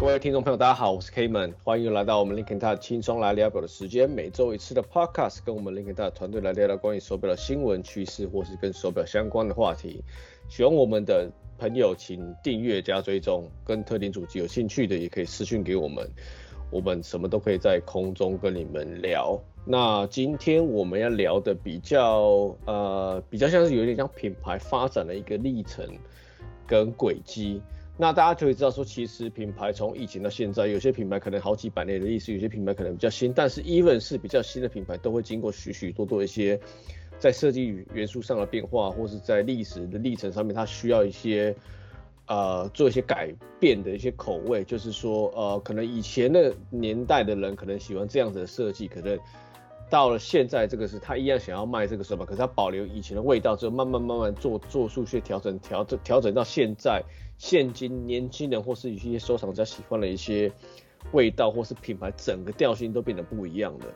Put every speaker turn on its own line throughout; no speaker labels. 位听众朋友，大家好，我是 K 们，欢迎来到我们 Linkin Park 轻松来聊表的时间，每周一次的 Podcast，跟我们 Linkin Park 团队来聊聊关于手表的新闻趋势，或是跟手表相关的话题。喜欢我们的朋友，请订阅加追踪，跟特定主题有兴趣的也可以私讯给我们，我们什么都可以在空中跟你们聊。那今天我们要聊的比较呃，比较像是有点像品牌发展的一个历程跟轨迹。那大家就会知道说，其实品牌从疫情到现在，有些品牌可能好几百年的历史，有些品牌可能比较新，但是 even 是比较新的品牌，都会经过许许多多一些在设计元素上的变化，或是在历史的历程上面，它需要一些呃做一些改变的一些口味，就是说呃，可能以前的年代的人可能喜欢这样子的设计，可能。到了现在，这个是他一样想要卖这个什么，可是他保留以前的味道，之后慢慢慢慢做做数学调整，调整调整到现在，现今年轻人或是一些收藏家喜欢的一些味道，或是品牌整个调性都变得不一样了。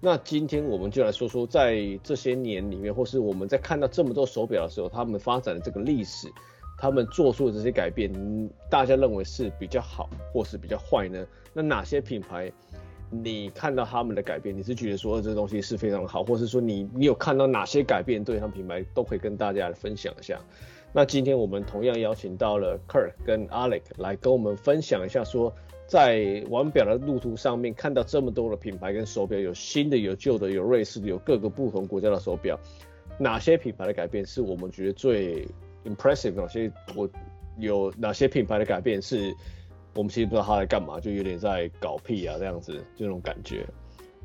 那今天我们就来说说，在这些年里面，或是我们在看到这么多手表的时候，他们发展的这个历史，他们做出的这些改变，嗯大家认为是比较好，或是比较坏呢？那哪些品牌？你看到他们的改变，你是觉得说哦这东西是非常好，或是说你你有看到哪些改变对他们品牌，都可以跟大家分享一下。那今天我们同样邀请到了 Kirk 跟 Alec 来跟我们分享一下说，说在玩表的路途上面看到这么多的品牌跟手表，有新的，有旧的，有瑞士的，有各个不同国家的手表，哪些品牌的改变是我们觉得最 impressive？哪些我有哪些品牌的改变是？我们其实不知道他在干嘛，就有点在搞屁啊，这样子这种感觉。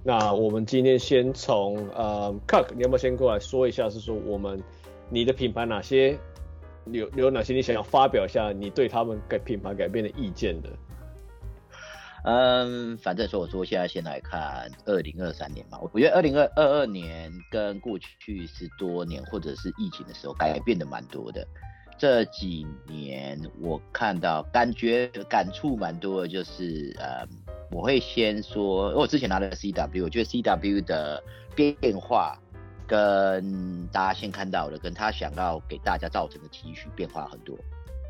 那我们今天先从呃 c u c k 你要不要先过来说一下，是说我们你的品牌哪些有有哪些你想要发表一下你对他们改品牌改变的意见的？
嗯，反正所以说现在先来看二零二三年嘛，我觉得二零二二二年跟过去十多年或者是疫情的时候改变的蛮多的。这几年我看到感觉感触蛮多的，就是呃，我会先说，因为我之前拿了 CW，我觉得 CW 的变化跟大家先看到的，跟他想要给大家造成的提取变化很多。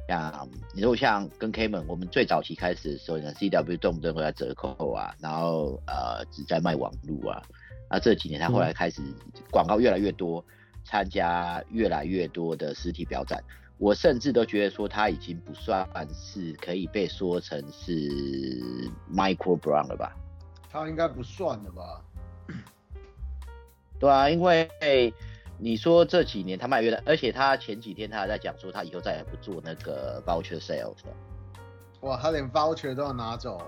像嗯你如果像跟 K 们，我们最早期开始的时候呢，CW 动不动都在折扣啊，然后呃只在卖网路啊，那这几年他后来开始广告越来越多，参加越来越多的实体表展。我甚至都觉得说，它已经不算是可以被说成是 Michael Brown 了吧？
他应该不算的吧？
对啊，因为你说这几年他卖越来，而且他前几天他还在讲说，他以后再也不做那个 voucher sales 了。
哇，他连 voucher 都要拿走、哦。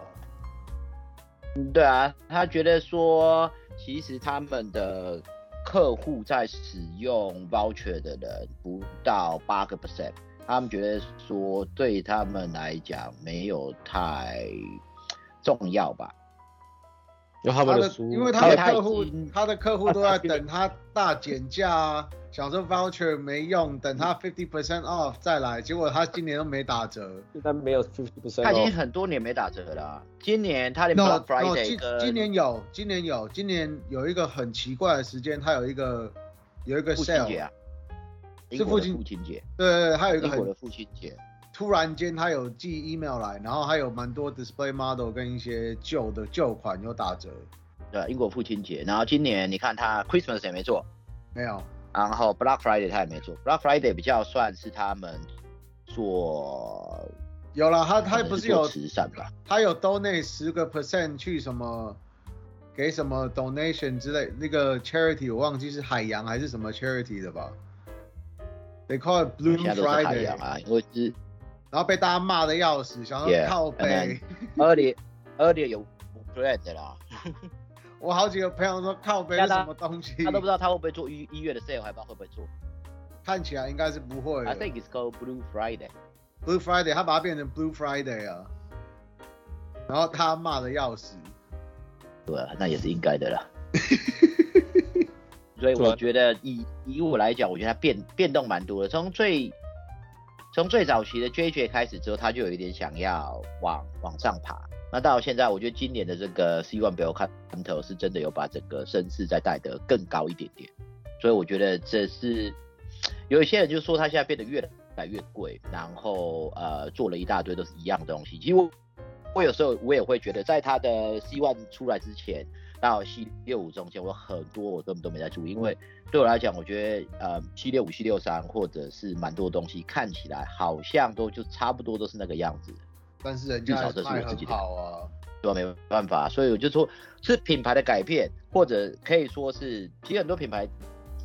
对啊，他觉得说，其实他们的。客户在使用 voucher 的人不到八个 percent，他们觉得说对他们来讲没有太重要吧？
有他
他
们
的
的，书，
因为他的
他已
客户
经，
他的客户都在等他大减价啊，想说 voucher 没用，等
嗯
他 fifty percent off 再来，结果他今年都没打折。
但没有 fifty percent 哦
哦
他已经很多年没打折了啊、今年他连
no
Black
no，
Friday
今
跟
今年有，今年有，今年有一个很奇怪的时间，它有一个有一个
父亲节
sale，
啊，
是
英国
父
的
亲
父亲节，
对对对，它有一个
英国
很
的父亲节，
突然间，它有寄 email 来，然后还有蛮多 display model 跟一些旧的旧款有打折，
对啊，英国父亲节。然后今年你看他 Christmas 也没做，
没有？
然后 Black Friday 他也没做，Black Friday 比较算是他们做，
有了，他他
可能
不是
做
有
慈善吧？
他有 donate 十个 percent 去什么，给什么 donation 之类，那个 charity 我忘记是海洋还是什么 charity 的吧？They call it Blue
现在都是海
Friday，
洋啊，因为是
然后被大家骂的要死，想要
Yeah，
靠背。
二里二里有 plan 的啦，
我好几个朋友说靠背是
那他
什么东西，
他都不知道他会不会做一一月的 sale，还不知道会不会做。
看起来应该是不会的。
I think it's called Blue Friday。
Blue Friday，他把它变成 Blue Friday 啊，然后他骂的要死。
对啊，那也是应该 的啦。所以
对啊
我觉得以以我来讲，我觉得它变变动蛮多的。从最从最早期的 JJ 开始之后，他就有一点想要往往上爬。那到现在，我觉得今年的这个 C1 表看头是真的有把整个声势再带得更高一点点。所以我觉得这是有一些人就说他现在变得越来越贵，然后呃做了一大堆都是一样的东西。其实我我有时候我也会觉得，在它的 C one 出来之前到 C 六五中间，我很多我根本都没在注意，因为对我来讲，我觉得呃 C 六五、C 六三或者是蛮多东西看起来好像都就差不多都是那个样子，
但是人家
至
还
少这
是
是我
卖
自
很
己的
好啊。
对吧？没办法，啊所以我就说是品牌的改变，或者可以说是，其实很多品牌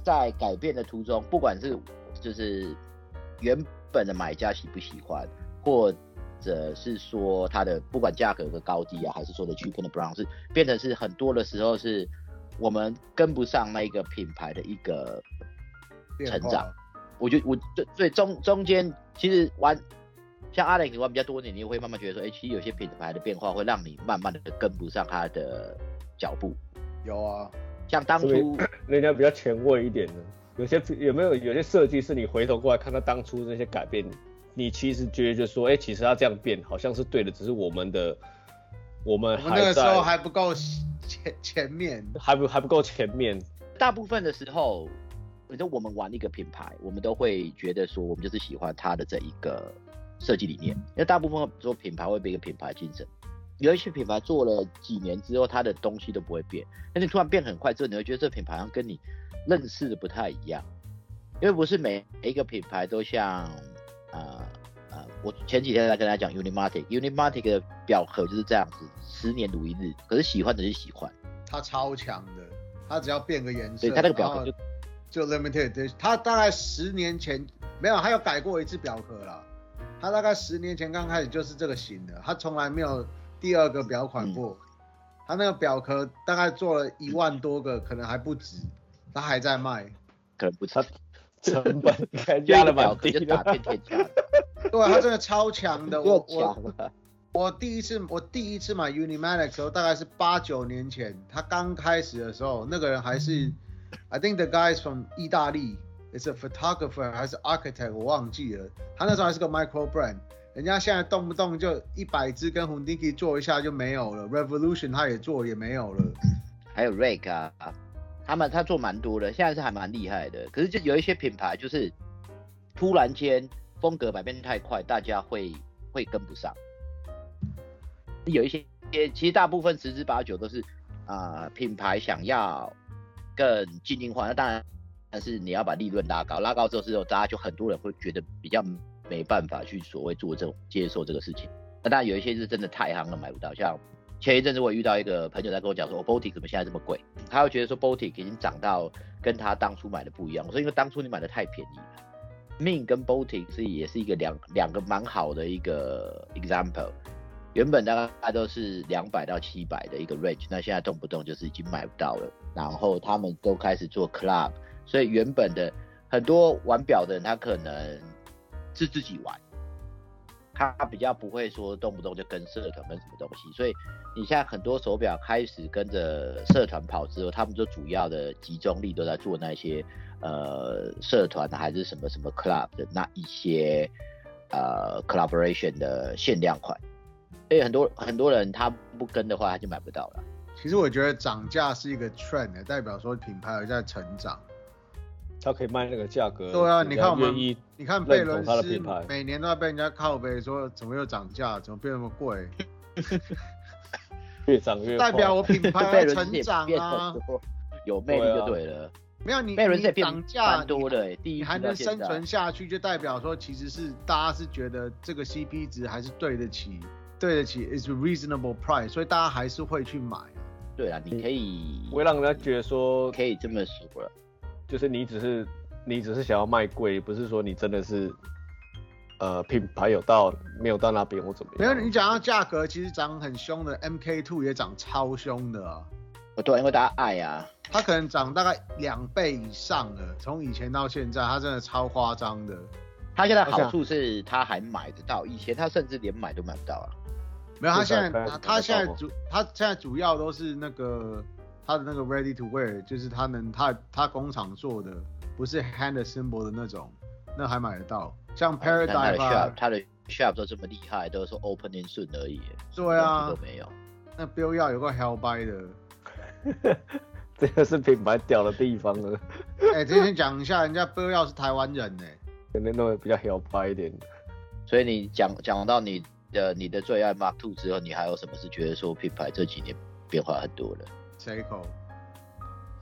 在改变的途中，不管是就是原本的买家喜不喜欢，或者是说它的不管价格的高低啊，还是说的区分的不让，是变成是很多的时候是我们跟不上那一个品牌的一个
变
成
化
长。我就我最最中中间其实玩像 Alex 玩比较多年，你也会慢慢觉得说，哎、其实有些品牌的变化会让你慢慢的跟不上它的脚步。
有啊，
像当
所以
初
人家比较前卫一点的，有些有没有有些设计是你回头过来看他当初那些改变，你其实觉得就说，哎、其实他这样变好像是对的，只是我们的我
我
们
们那
还
个时
在
候还不够前前面，
还不还不够前面，
大部分的时候，你说我们玩一个品牌，我们都会觉得说，我们就是喜欢它的这一个设计理念，因为大部分做品牌会被一个品牌精神。有一些品牌做了几年之后，它的东西都不会变，但你突然变很快之后，你会觉得这品牌好像跟你认识的不太一样，因为不是每一个品牌都像呃呃，我前几天在跟大家讲 Unimatic，Unimatic 的表壳就是这样子，十年如一日，可是喜欢的就喜欢。
它超强的，它只要变个颜
对
色，
它那个表格
然后就 limited，edition，它大概十年前没有，它有改过一次表壳啦，它大概十年前刚开始就是这个型的，它从来没有第二个表款过，
嗯
它那个表壳大概做了一万多个，可能还不止，它还在卖，
可能不差
它成本应该压的蛮低
就打
的。
遍天下，
对，啊它真的超强的，我
又
我
强了。
我第一次我第一次买 Unimatic 的时候，大概是八九年前，他刚开始的时候，那个人还是，I
嗯
think the guy is from 意大利，is a photographer 还是 architect，我忘记了。他那时候还是个 micro brand，人家现在动不动就一百只跟 Hundiki 做一下就没有了，Revolution 他也做也没有了。
还有 Rake 啊，他们他做蛮多的，现在是还蛮厉害的。可是就有一些品牌就是突然间风格改变太快，大家会会跟不上。有一些其实大部分十之八九都是啊、呃品牌想要更精英化，那当然。但是你要把利润拉高，拉高之后之后，大家就很多人会觉得比较没办法去所谓做这种接受这个事情。那当然有一些是真的太夯了买不到，像前一阵子我遇到一个朋友在跟我讲说，哦，Botic 怎么现在这么贵？他会觉得说 Botic 已经涨到跟他当初买的不一样。我说因为当初你买的太便宜了。命跟 Botic 是也是一个两两个蛮好的一个 example。原本大概都是两百到七百的一个 range，那现在动不动就是已经买不到了。然后他们都开始做 club，所以原本的很多玩表的人，他可能是自己玩，他比较不会说动不动就跟社团跟什么东西，所以你现在很多手表开始跟着社团跑之后，他们就主要的集中力都在做那些呃社团还是什么什么 club 的那一些呃 collaboration 的限量款，所以很多很多人他不跟的话，他就买不到了。
其实我觉得涨价是一个 trend，代表说品牌有在成长。
它可以卖那个价格，
对啊
人家
你看我们
愿意
你看贝
认
伦
同他的
斯
品牌
每年都要被人家靠背说怎么又涨价，怎么变那么贵，
越涨越快
代表我品牌
贝
在
伦斯
成
也
长
变
啊
成。说有魅力就对了，
没有你，
贝伦斯也
啊你
变
涨价
蛮多的、欸，第一
你还
批到
能
现
生
在
存下去，就代表说其实是大家是觉得这个 CP 值还是对得起，对得起 is a reasonable price，所以大家还是会去买。
对啊，你可以
会让人家觉得说，
可以这么说了。
就是你只是你只是想要卖贵，不是说你真的是呃品牌有到没有到那边或怎么
没
样。
有你讲到价格，其实涨很凶的，MK Two 也涨超凶的、啊，
我对啊，因为大家爱啊，
它可能涨大概两倍以上了，从以前到现在，它真的超夸张的。
他现在
我
好
想
处是他还买得到，以前他甚至连买都买不到啊。
没有，他
现在
现在
开
他
始
他
买
现在
到吗
主他现在主要都是那个他的那个 ready to wear，就是他能他他工厂做的，不是 hand symbol 的那种，那还买得到。像
你看他的
Paradise 啊
shop，，他的 shop 都这么厉害，都说 open and soon 而已，
对啊
东西都没有。
那 Bill 要有个 hell by 的。
这个是品牌屌的地方呢，
哎、之前讲一下，人家 Bill 要是台湾人呢、
可能都会比较摇摆一点。
所以你讲讲到你呃你的最爱 Mark Two 之后，你还有什么是觉得说品牌这几年变化很多了？
Seiko，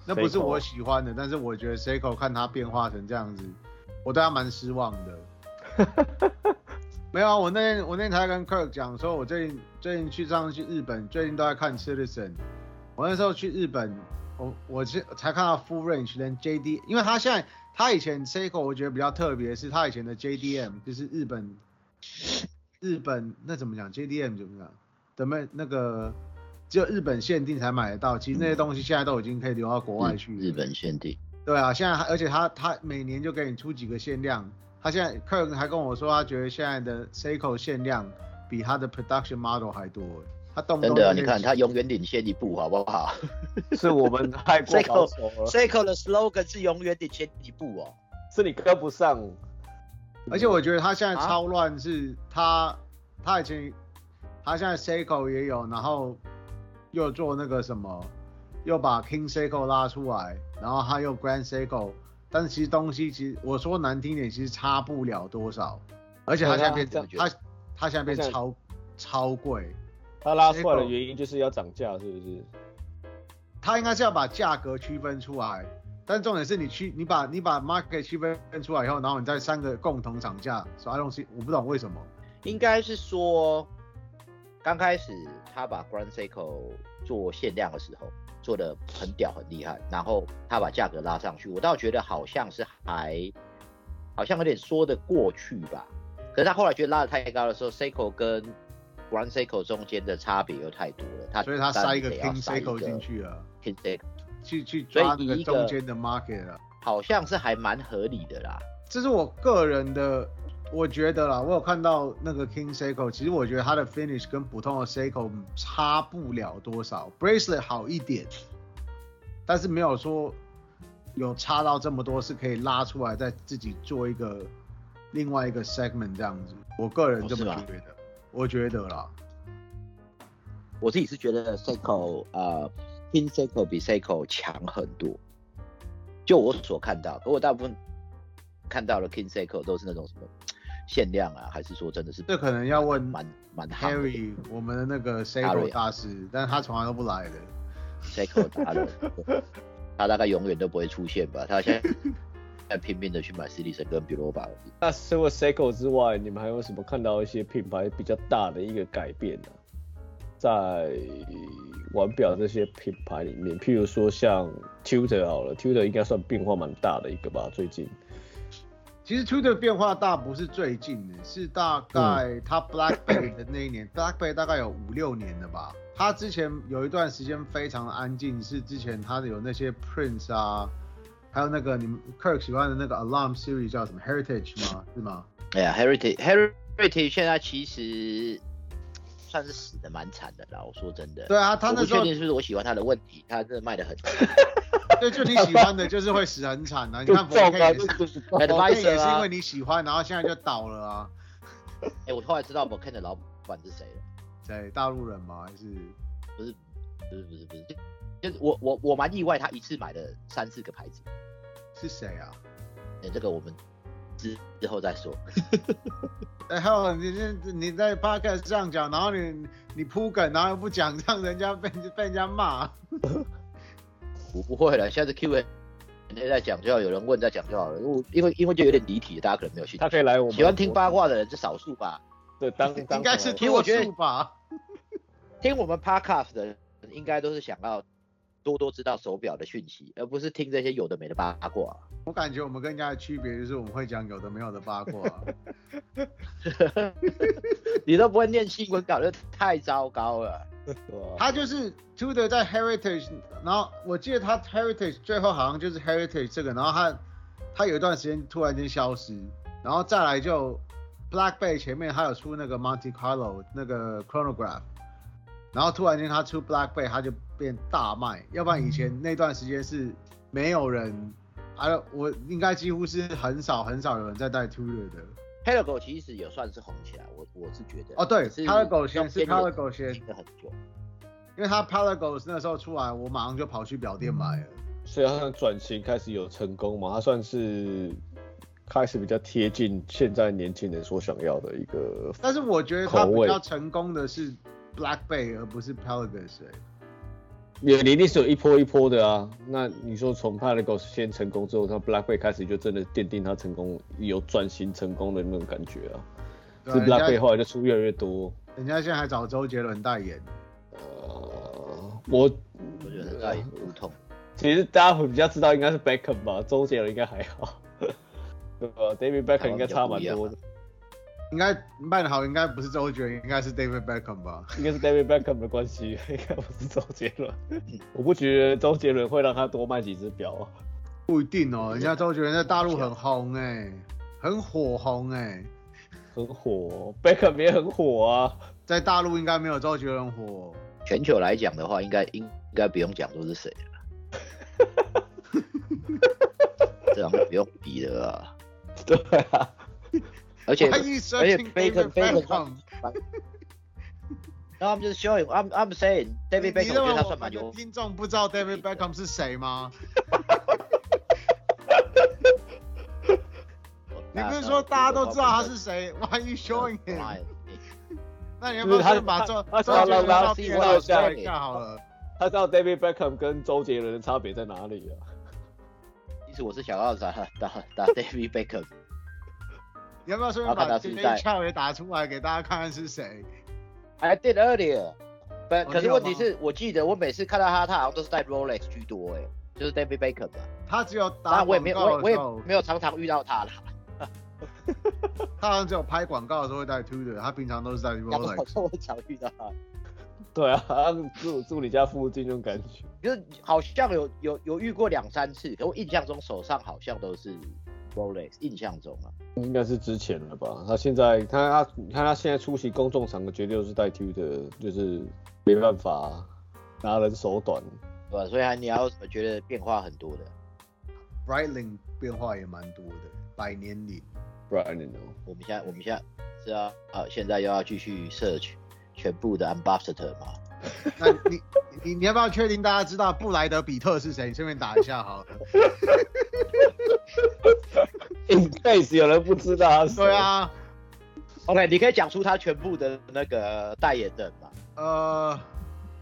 那不是
Seiko
我喜欢的，但是我觉得 Seiko 看它变化成这样子，我对它蛮失望的。没有啊，我那天我那天才跟 Kirk 讲说，我最近最近去上去日本，最近都在看 Citizen。我那时候去日本，我我是才看到 Full Range 跟 JD，因为他现在他以前 Seiko 我觉得比较特别，是他以前的 JDM 就是日本日本那怎么讲 JDM 怎么讲？怎么那个只有日本限定才买得到？其实那些东西现在都已经可以流到国外去了
日本限定，
对啊，现在还而且他他每年就给你出几个限量。他现在客人还跟我说，他觉得现在的 Seiko 限量比他的 production model 还多。他动不
真
动
的啊、
就
你看它永远领先一步，好不好
是我们太过保守了，
？Seiko 的 slogan 是永远领先一步哦。
是你跟不上。
而且我觉得他现在
啊
超乱，是他他以前他现在 Seiko 也有，然后又做那个什么，又把 King Seiko 拉出来，然后他又 Grand Seiko，但是其实东西其实我说难听点，其实差不了多少。而且他现在变
对啊这样
他他现在变
这样
超超贵，
他拉出来的原因就是要涨价，是不是？
他应该是要把价格区分出来。但重点是你区，你把你把 market 区分出来以后，然后你再三个共同涨价，所以东西我不懂为什么。
应该是说，刚开始他把 Grand Seiko 做限量的时候，做的很屌很厉害，然后他把价格拉上去，我倒觉得好像是还好像有点说得过去吧。可是他后来觉得拉得太高的时候，Seiko 跟 Grand Seiko 中间的差别又太多了，他
所以他塞一个
当然
King
得要塞
Seiko 进
一
去了，
个 King Seiko，
去去
所以
抓那
以
个
一个
中间的 market 了。
好像是还蛮合理的啦。
这是我个人的，我觉得啦，我有看到那个 King Seiko，其实我觉得它的 finish 跟普通的 Seiko 差不了多少，bracelet 好一点，但是没有说有差到这么多，是可以拉出来再自己做一个另外一个 segment 这样子。我个人这么
哦是吗
觉得，我觉得啦。
我自己是觉得 Seiko 呃，King Seiko 比 Seiko 强很多，就我所看到，可我大部分看到的 King Seiko 都是那种什么限量啊，还是说真的是
这可能要问
蛮蛮夯的
Harry，我们的那个
Harry 啊
Seiko 大师，但他从来都不来的。
Seiko 达人， 他大概永远都不会出现吧？他现在在拼命的去买 Citizen 跟 b u r o b a
那除了 Seiko 之外，你们还有什么看到一些品牌比较大的一个改变呢、在腕表这些品牌里面，譬如说像 Tudor 好了，Tudor 应该算变化蛮大的一个吧，最近。
其实 Tudor 变化大不是最 近的，是大
嗯
概他 BlackBerry 的那一年、b l a c k b e r r y 大概有五六年了吧。他之前有一段时间非常的安静，是之前他有那些 Prince 啊，还有那个你们 Kirk 喜欢的那个 Alarm Series 叫什么 Heritage 吗？是吗？
哎呀，Heritage Heritage 现在其实算是死的蛮惨的啦，我说真的。
对啊，他
我
那
不
时
确
候
定是不是我喜欢他的问题，他真的卖的很
对，就你喜欢的，就是会死很 惨啊。你看 f o r K 也是
a d v
，Forte
i
也
s
是因
啊
为。你喜欢，然后现在就倒了啊。
哎、我后来知道 Volcan 的老板是谁了，
对，大陆人嘛，还是
不是，不是，不是，不是，就就是我我我蛮意外，他一次买了三四个牌子。
是谁啊？
哎、这个我们之之后再说。
哎，还有你这你在 podcast 这样讲，然后你你铺梗，然后又不讲，让人家被被人家骂。
我不会了，下次 Q&A 再讲就好，有人问再讲就好了。因为因为因为就有点离题，大家可能没有兴
他
趣。
可以来我们
喜欢听八，卦的人是少数吧？
对，当当
应该是
其实我
多
觉得
数吧。
听我们 Podcast 的人应该都是想要多多知道手表的讯息，而不是听这些有的没的八卦。啊
我感觉我们跟人家的区别就是我们会讲有的没有的八卦。
你都不会念新闻稿，这太糟糕了。
他
他就是 Tudor 在 Heritage，然后我记得他 Heritage 最后好像就是 Heritage 这个，然后他他有一段时间突然间消失，然后再来就 Black Bay 前面他有出那个 Monte Carlo 那个 Chronograph，然后突然间他出 Black Bay 他就变大卖，要不然以前那段时间是没有人，啊，我应该几乎是很少很少有人在戴 Tudor 的。
Heligo 其实也算是红起来，我我是觉得。
哦对
只是
Heligo 先是
中间有
Heligo 先
停了很久。
因为他 Pelagos 那时候出来，我马上就跑去表店买了。
所以他算转型开始有成功嘛？他算是开始比较贴近现在年轻人所想要的一个
但是我觉得他
口
比
味
较成功的是 Black Bay 而不是 Pelicans、欸。
也你一定是有一波一波的啊。那你说从 p a l a g o s 先成功之后，他 Black Bay 开始就真的奠定他成功有转型成功的那种感觉啊。是
对啊
Black
人
Bay
家
后来就出越来越多。
人家现在还找周杰伦代言，
呃，我
我觉得他也不痛。
其实大家会比较知道应该是 Beckham 吧，周杰伦应该还好， 对吧？David
台
Beckham
湾
应该差蛮
比较不一
多
样
的，
应该卖的好，应该不是周杰伦，应该是 David Beckham 吧？
应该是 David Beckham 的关系， 应该不是周杰伦。
嗯
我不觉得周杰伦会让他多卖几只表啊。
不一定哦，人家周杰伦在大陆很红哎、很火红哎、
很火、贝克 c 也很火啊。
在大陆应该没有周杰伦火。
全球来讲的话，应该应该不用讲说是谁了，这好像不用比了啊。
对啊，
而且
Why you
而且
searching
Bacon Bacon，
David Beckham？
然后他们就是 showing I'm I'm saying
你
David
你
Bacon，
认
我觉
为
得他
我
算
们
蛮
的
有
听众不知道 David Beckham 是谁吗？你不是说大家都知道他是谁？Why you showing him？那你要不要顺便把周
他
周杰伦的
他
照片拿出来看好了？
他知道 David Beckham 跟周杰伦的差别在哪里啊？
其实我是想要打打打 David Bacon，
你要不要顺便
然后看
把
他是
David
在
c h a 也打出来给大家看看是谁？
I did earlier，但
哦
可
你
是
有
问题
吗
是我记得我每次看到他，他好像都是戴 Rolex 居多，哎，就是 David Bacon 吧。
他只有
当
打
然我也没有，
啊广告
我
的
也
时
我
候
也，没有常常遇到他啦。
他好像只有拍广告的时候会戴 Tudor，他平常都是戴
然后
Rolex。
我常遇到他，
对啊，他住住你家附近那种感觉。
就是好像有有有遇过两三次，可我印象中手上好像都是 Rolex，印象中啊。
应该是之前了吧？他现在他他你看他现在出席公众场合绝对都是带 Q 的，就是没办法、啊拿人手短。
对啊吧？所以还你要我觉得变化很多的，
Brightling 变化也蛮多的，百年里。
不然你 know，
我们现在我们现在是啊啊，现在又要继续 search 全部的 ambassador 嘛？
那你 你你要不要确定大家知道布莱德比特是谁？你顺便打一下 好了。
in case 有人不知道他是谁
对，啊，
OK，你可以讲出他全部的那个代言人嘛？
呃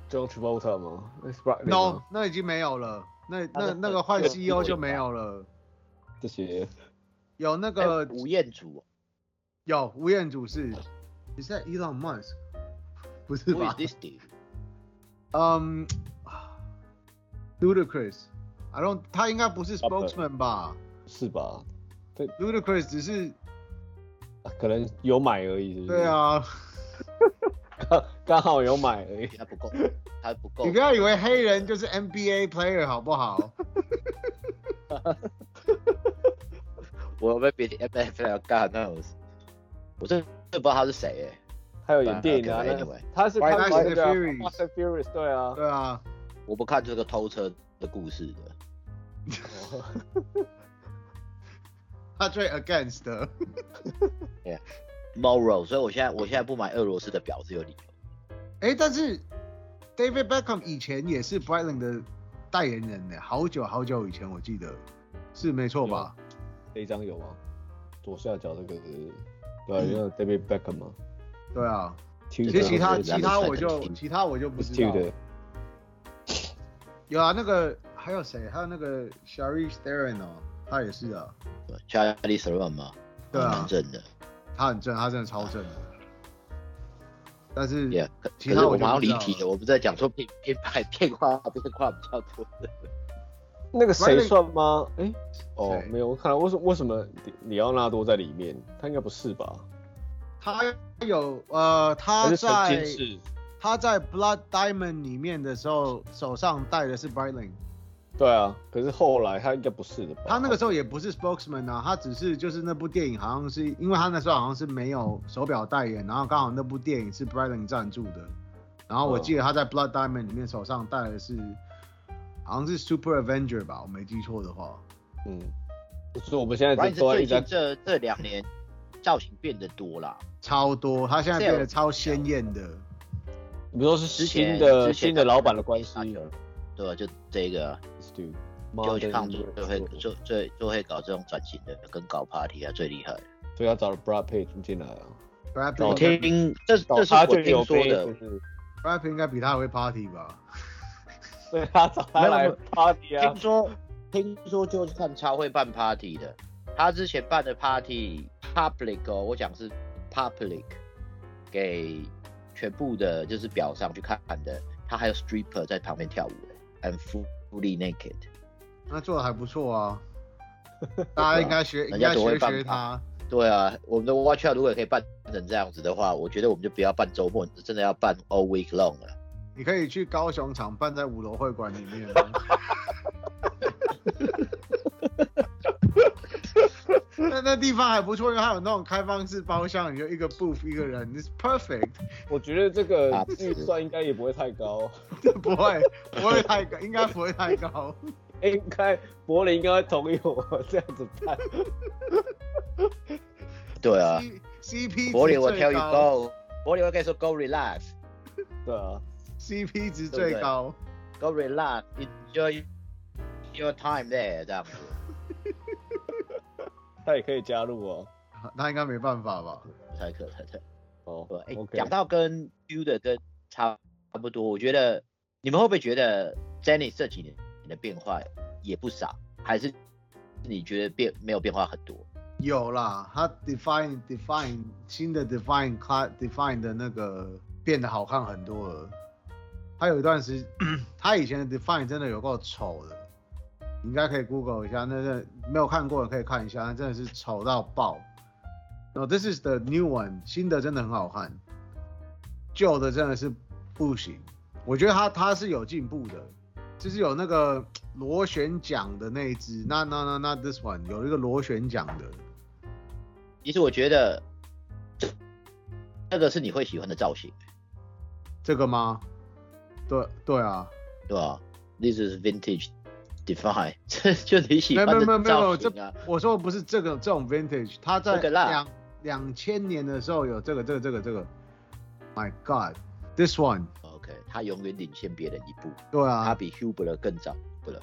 j o h n Travolta 吗？It's Brightling
，no，
吗
那已经没有了。那
他
那
的
那个换
这个
CEO
是
就没有了。
这些
有那
呃
个，
吴彦祖
有吴彦祖是，你是 Elon Musk？不是
，Who is
吧？
this dude？
嗯、l u d i c r o u s i don't，他应该不是
Upper
spokesman 吧
是吧？啊
？Ludacris 只是
可能有买而已是不是
对，啊，
刚刚好有买而已。
他不够，他不够。
你不要以为黑人就是 NBA player 好不好？
我被别的 F F L 干那种，我真的不知道他是谁哎、
还有演电影啊，
But, okay,
那
anyway.
他是
Fast
他是啊那
and
个
Furious
Fast and Furious，对啊，
对啊，
我不看这个偷车的故事的。
啊 他最 against 的。
Moral，所以我现在我现在不买俄罗斯的表是有理由。
哎，但是 David Beckham 以前也是 Brightling 的代言人呢，好久好久以前我记得是没错吧？
这一张有吗？左下角这个是，对啊，有 David Beckham 吗？
对啊，
其
其实其他
对
其他我就
对
其他我就不知道。
的，
有啊，那个还有谁？还有那个 Shari Theron 哦，他也是啊，
Charlie s e r o n 吗？
对啊
蛮，正的。
他很正，他真的超正的。但是
Yeah，可
其
可
他
是
我
我
就
们好像
不知
离
道
题哦
了
了，我们在讲说品品牌变化变化比较多
那个谁
Riley-
算吗？哎，哦
谁，
没有，我看为什为什么里里奥纳多在里面？他应该不是吧？
他有呃，他
还是曾
在
经是，
他在 Blood Diamond 里面的时候，手上戴的是 Brightling。
对啊，可是后来他应该不是的吧？
他那个时候也不是 spokesman 啊，他只是就是那部电影好像是因为他那时候好像是没有手表代言，然后刚好那部电影是 Brightling 赞助的，然后我记得他在 Blood Diamond 里面手上戴的是好像是 Super Avenger 吧，我没记错的话。
嗯，就是我们现在
Brian
在
是
都在
最
一直在
近这这两年造型变得多啦，
超多，他现在变得超鲜艳的。
你们说是
之
新
前
的
之前
新的老板的关系
对吧？就这个啊，
，Stu
就
Modern
去抗就
Universe
就会
做
就最就会搞这种转型的，跟搞 party 啊最厉害的。
所以要找了 Brad Pitt 进来啊，
Brad
哦
我
Pitt 应
听这
找
这是
他
我
就有
听说
被
的
就，是，
该 Brad Pitt 应该比他还会 party 吧？
所以 他找他来 party 啊
听，说听说就是看超会办 party 的，他之前办的 party public 哦，我讲是 public 给全部的就是表上去看的，他还有 stripper 在旁边跳舞的，and fully naked。
那做的还不错啊， 大家应该学，应
人
该
家只
学
会办
学他。
对啊，我们的 watch out 如果可以办成这样子的话，我觉得我们就不要办周末，真的要办 all week long 了。
你可以去高雄场办在五楼会馆里面。啊那那地方还不错，因为它有那种开放式包厢，你就一个 booth 一个人，it's perfect，
我觉得这个
啊不是
预算应该也不会太高，
不会不会太高，应该不会太高。
哎应该柏林应该会同意我这样子办。
对啊，
C CP
柏林
值
我
最
tell you
高
go，柏林我跟你说 go relax。
对啊，
CP 值
对不
最
对
高。
go relax,
嗯
enjoy your time there，这样子。
他也可以加入哦。
他应该没办法吧？
才可才可。
哦
对，哎、
，OK，
讲到跟 U 的跟差不多，我觉得你们会不会觉得 Jenny 这几年的变化也不少，还是你觉得变没有变化很多？
有啦，他 define define 新的 define class define 的那个变得好看很多了。他有一段时， 他以前的 define 真的有够丑的，你应该可以 Google 一下，那个没有看过的可以看一下，那真的是丑到爆。No, this is the new one，新的真的很好看，旧的真的是不行。我觉得他他是有进步的，就是有那个螺旋桨的那一只，那那那那 this one 有一个螺旋桨的，
其实我觉得这这个是你会喜欢的造型，
这个吗？对对啊，
对吧？This is vintage define，这 就你喜
没有
欢
没有没
的
有没
造
有，这
型啊。
我说的不是这个这种 vintage，它在
这个啦
两两千年的时候有这个这个这个这个，My God，this one，
OK，他永远领先别人一步，
对
他
啊，
比 Huber 更早不了。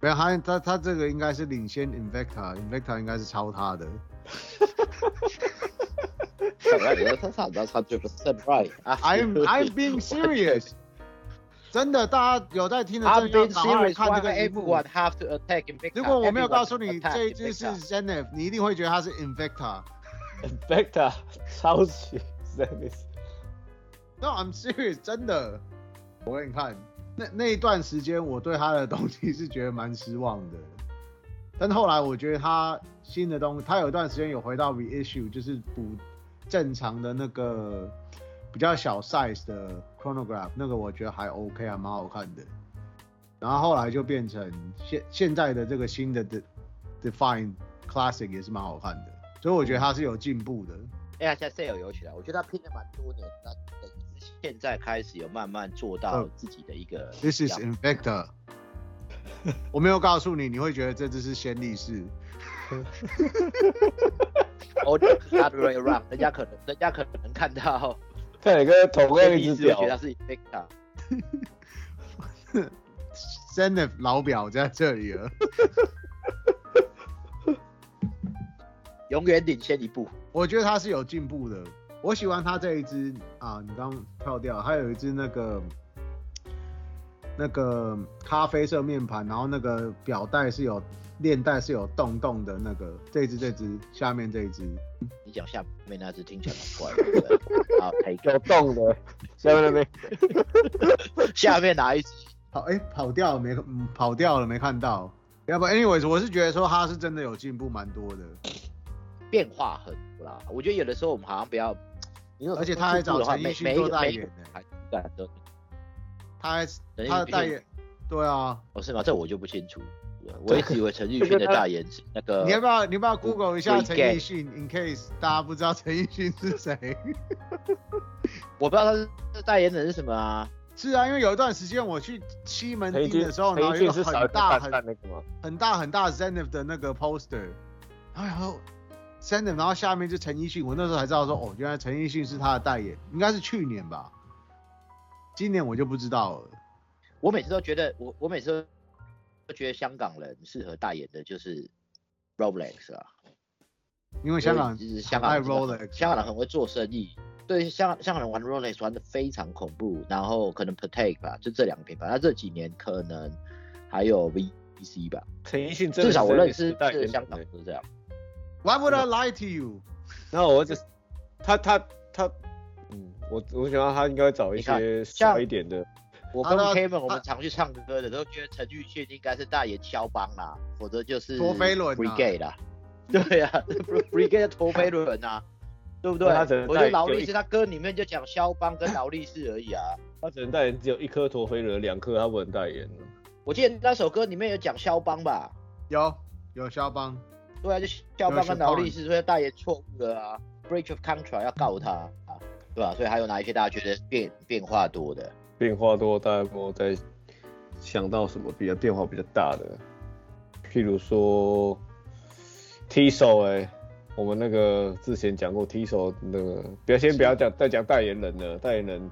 没有他他他这个应该是领先 Invicta，Invicta 应该是超 他的，
他他他 他他就是 surprise 啊
I'm I'm being serious，真的，大家有在听的，
I'm
真的要
being
赶快来
啊 serious.
看
Why
这个荧幕
everyone have to attack Invicta?
如果我没有
Everyone
告诉你
attack
这一只是
Invicta
Zenf，你一定会觉得它是 Invicta。
Vector 超级 Zenith，
No, I'm serious，真的。我给你看，那那一段时间我对他的东西是觉得蛮失望的，但后来我觉得他新的东西，他有一段时间有回到 reissue，就是补正常的那个比较小 size 的 chronograph，那个我觉得还 OK，还蛮好看的。然后后来就变成现现在的这个新的 de, define classic 也是蛮好看的，所以我觉得他是有进步的。
哎呀，现在 sale 有起来，我觉得他拼了蛮多年，那等于是现在开始有慢慢做到
嗯
自己的一个
This is
样子
Invicta 。 我没有告诉你，你会觉得这只是先例式。
哦 other way around，人家可能人家可能看到
看你跟同样一
一
只
直
表
觉，得他是 Invicta，
真的老表在这里了。
永远领先一步。
我觉得它是有进步的。我喜欢它这一只啊，你刚刚跳掉，还有一只那个那个咖啡色面盘，然后那个表带是有链带是有洞洞的那个，这一只这只下面这一只，
你讲下面那只听起来蛮怪的对不 对，好，可以
有动 的，下面那边
下面哪一只？
跑哎、跑掉了没、嗯跑掉了没看到，要不 anyways 我是觉得说它是真的有进步蛮多的。
变化很多啦。我觉得有的时候我们好像不要，你有
而且他还找陈奕迅做代言呢
还感都
他还
陈奕迅
他的代言，对啊，
哦是吗？这我就不清楚了。我一直以为陈奕迅的代言是那个
呃
你要不要你要不要 Google 一下
我
陈
我
奕迅？In case 大家不知道陈奕迅是谁，
我不知道他是代言人是什么啊？
是啊，因为有一段时间我去西门
陈奕
町
迅
的时候，
陈
然后
奕
有
迅
一个
是
很
少一个
大
蛋
很
蛋那个吗？
很大很大 Zenith 的那个 poster，然后 Zenith，然后下面就陈奕迅，我那时候才知道说，哦，原来陈奕迅是他的代言，应该是去年吧，今年我就不知道了。
我每次都觉得我我每次我觉得香港人适合代言的就是 Rolex 啊，
因为香港
就是香
很
港
爱
人真的
Rolex，
香港人很会做生意。对，香港香港人玩 Rolex 玩的非常恐怖，然后可能 Patek 吧，就这两个品牌。那这几年可能还有 VC 吧，
陈奕迅真的
至少我认
是
识
代
是
言
香港
人欸。
是这样。
Why would I lie to you？
然后我只他他他，嗯，我我想要他应该找一
你看
些
像
少一点的，
我
他
跟
都
Kevin 我
他
们常去唱歌的都觉得陈奕迅应该是代言肖邦啦，否则就是
陀飞轮啊
Brigade 啦。对呀、啊 ，Brigade 陀飞轮啊，对不对？
那他只能
我觉
代
得
言
劳
就
力
一
士他歌里面就讲肖邦跟劳力士而已啊。
他只能代言只有一颗陀飞轮，两颗他不能代言了。
我记得那首歌里面有讲肖邦吧？
有有肖邦，
对啊，就肖邦跟劳力士所以代言错误了啊，breach of contract 要告他啊，对吧、所以还有哪一些大家觉得变变化多的？
变化多，大家有没有在想到什么比较变化比较大的？譬如说 T 手哎、我们那个之前讲过 T 手那个，不要先不要讲再讲代言人了，代言人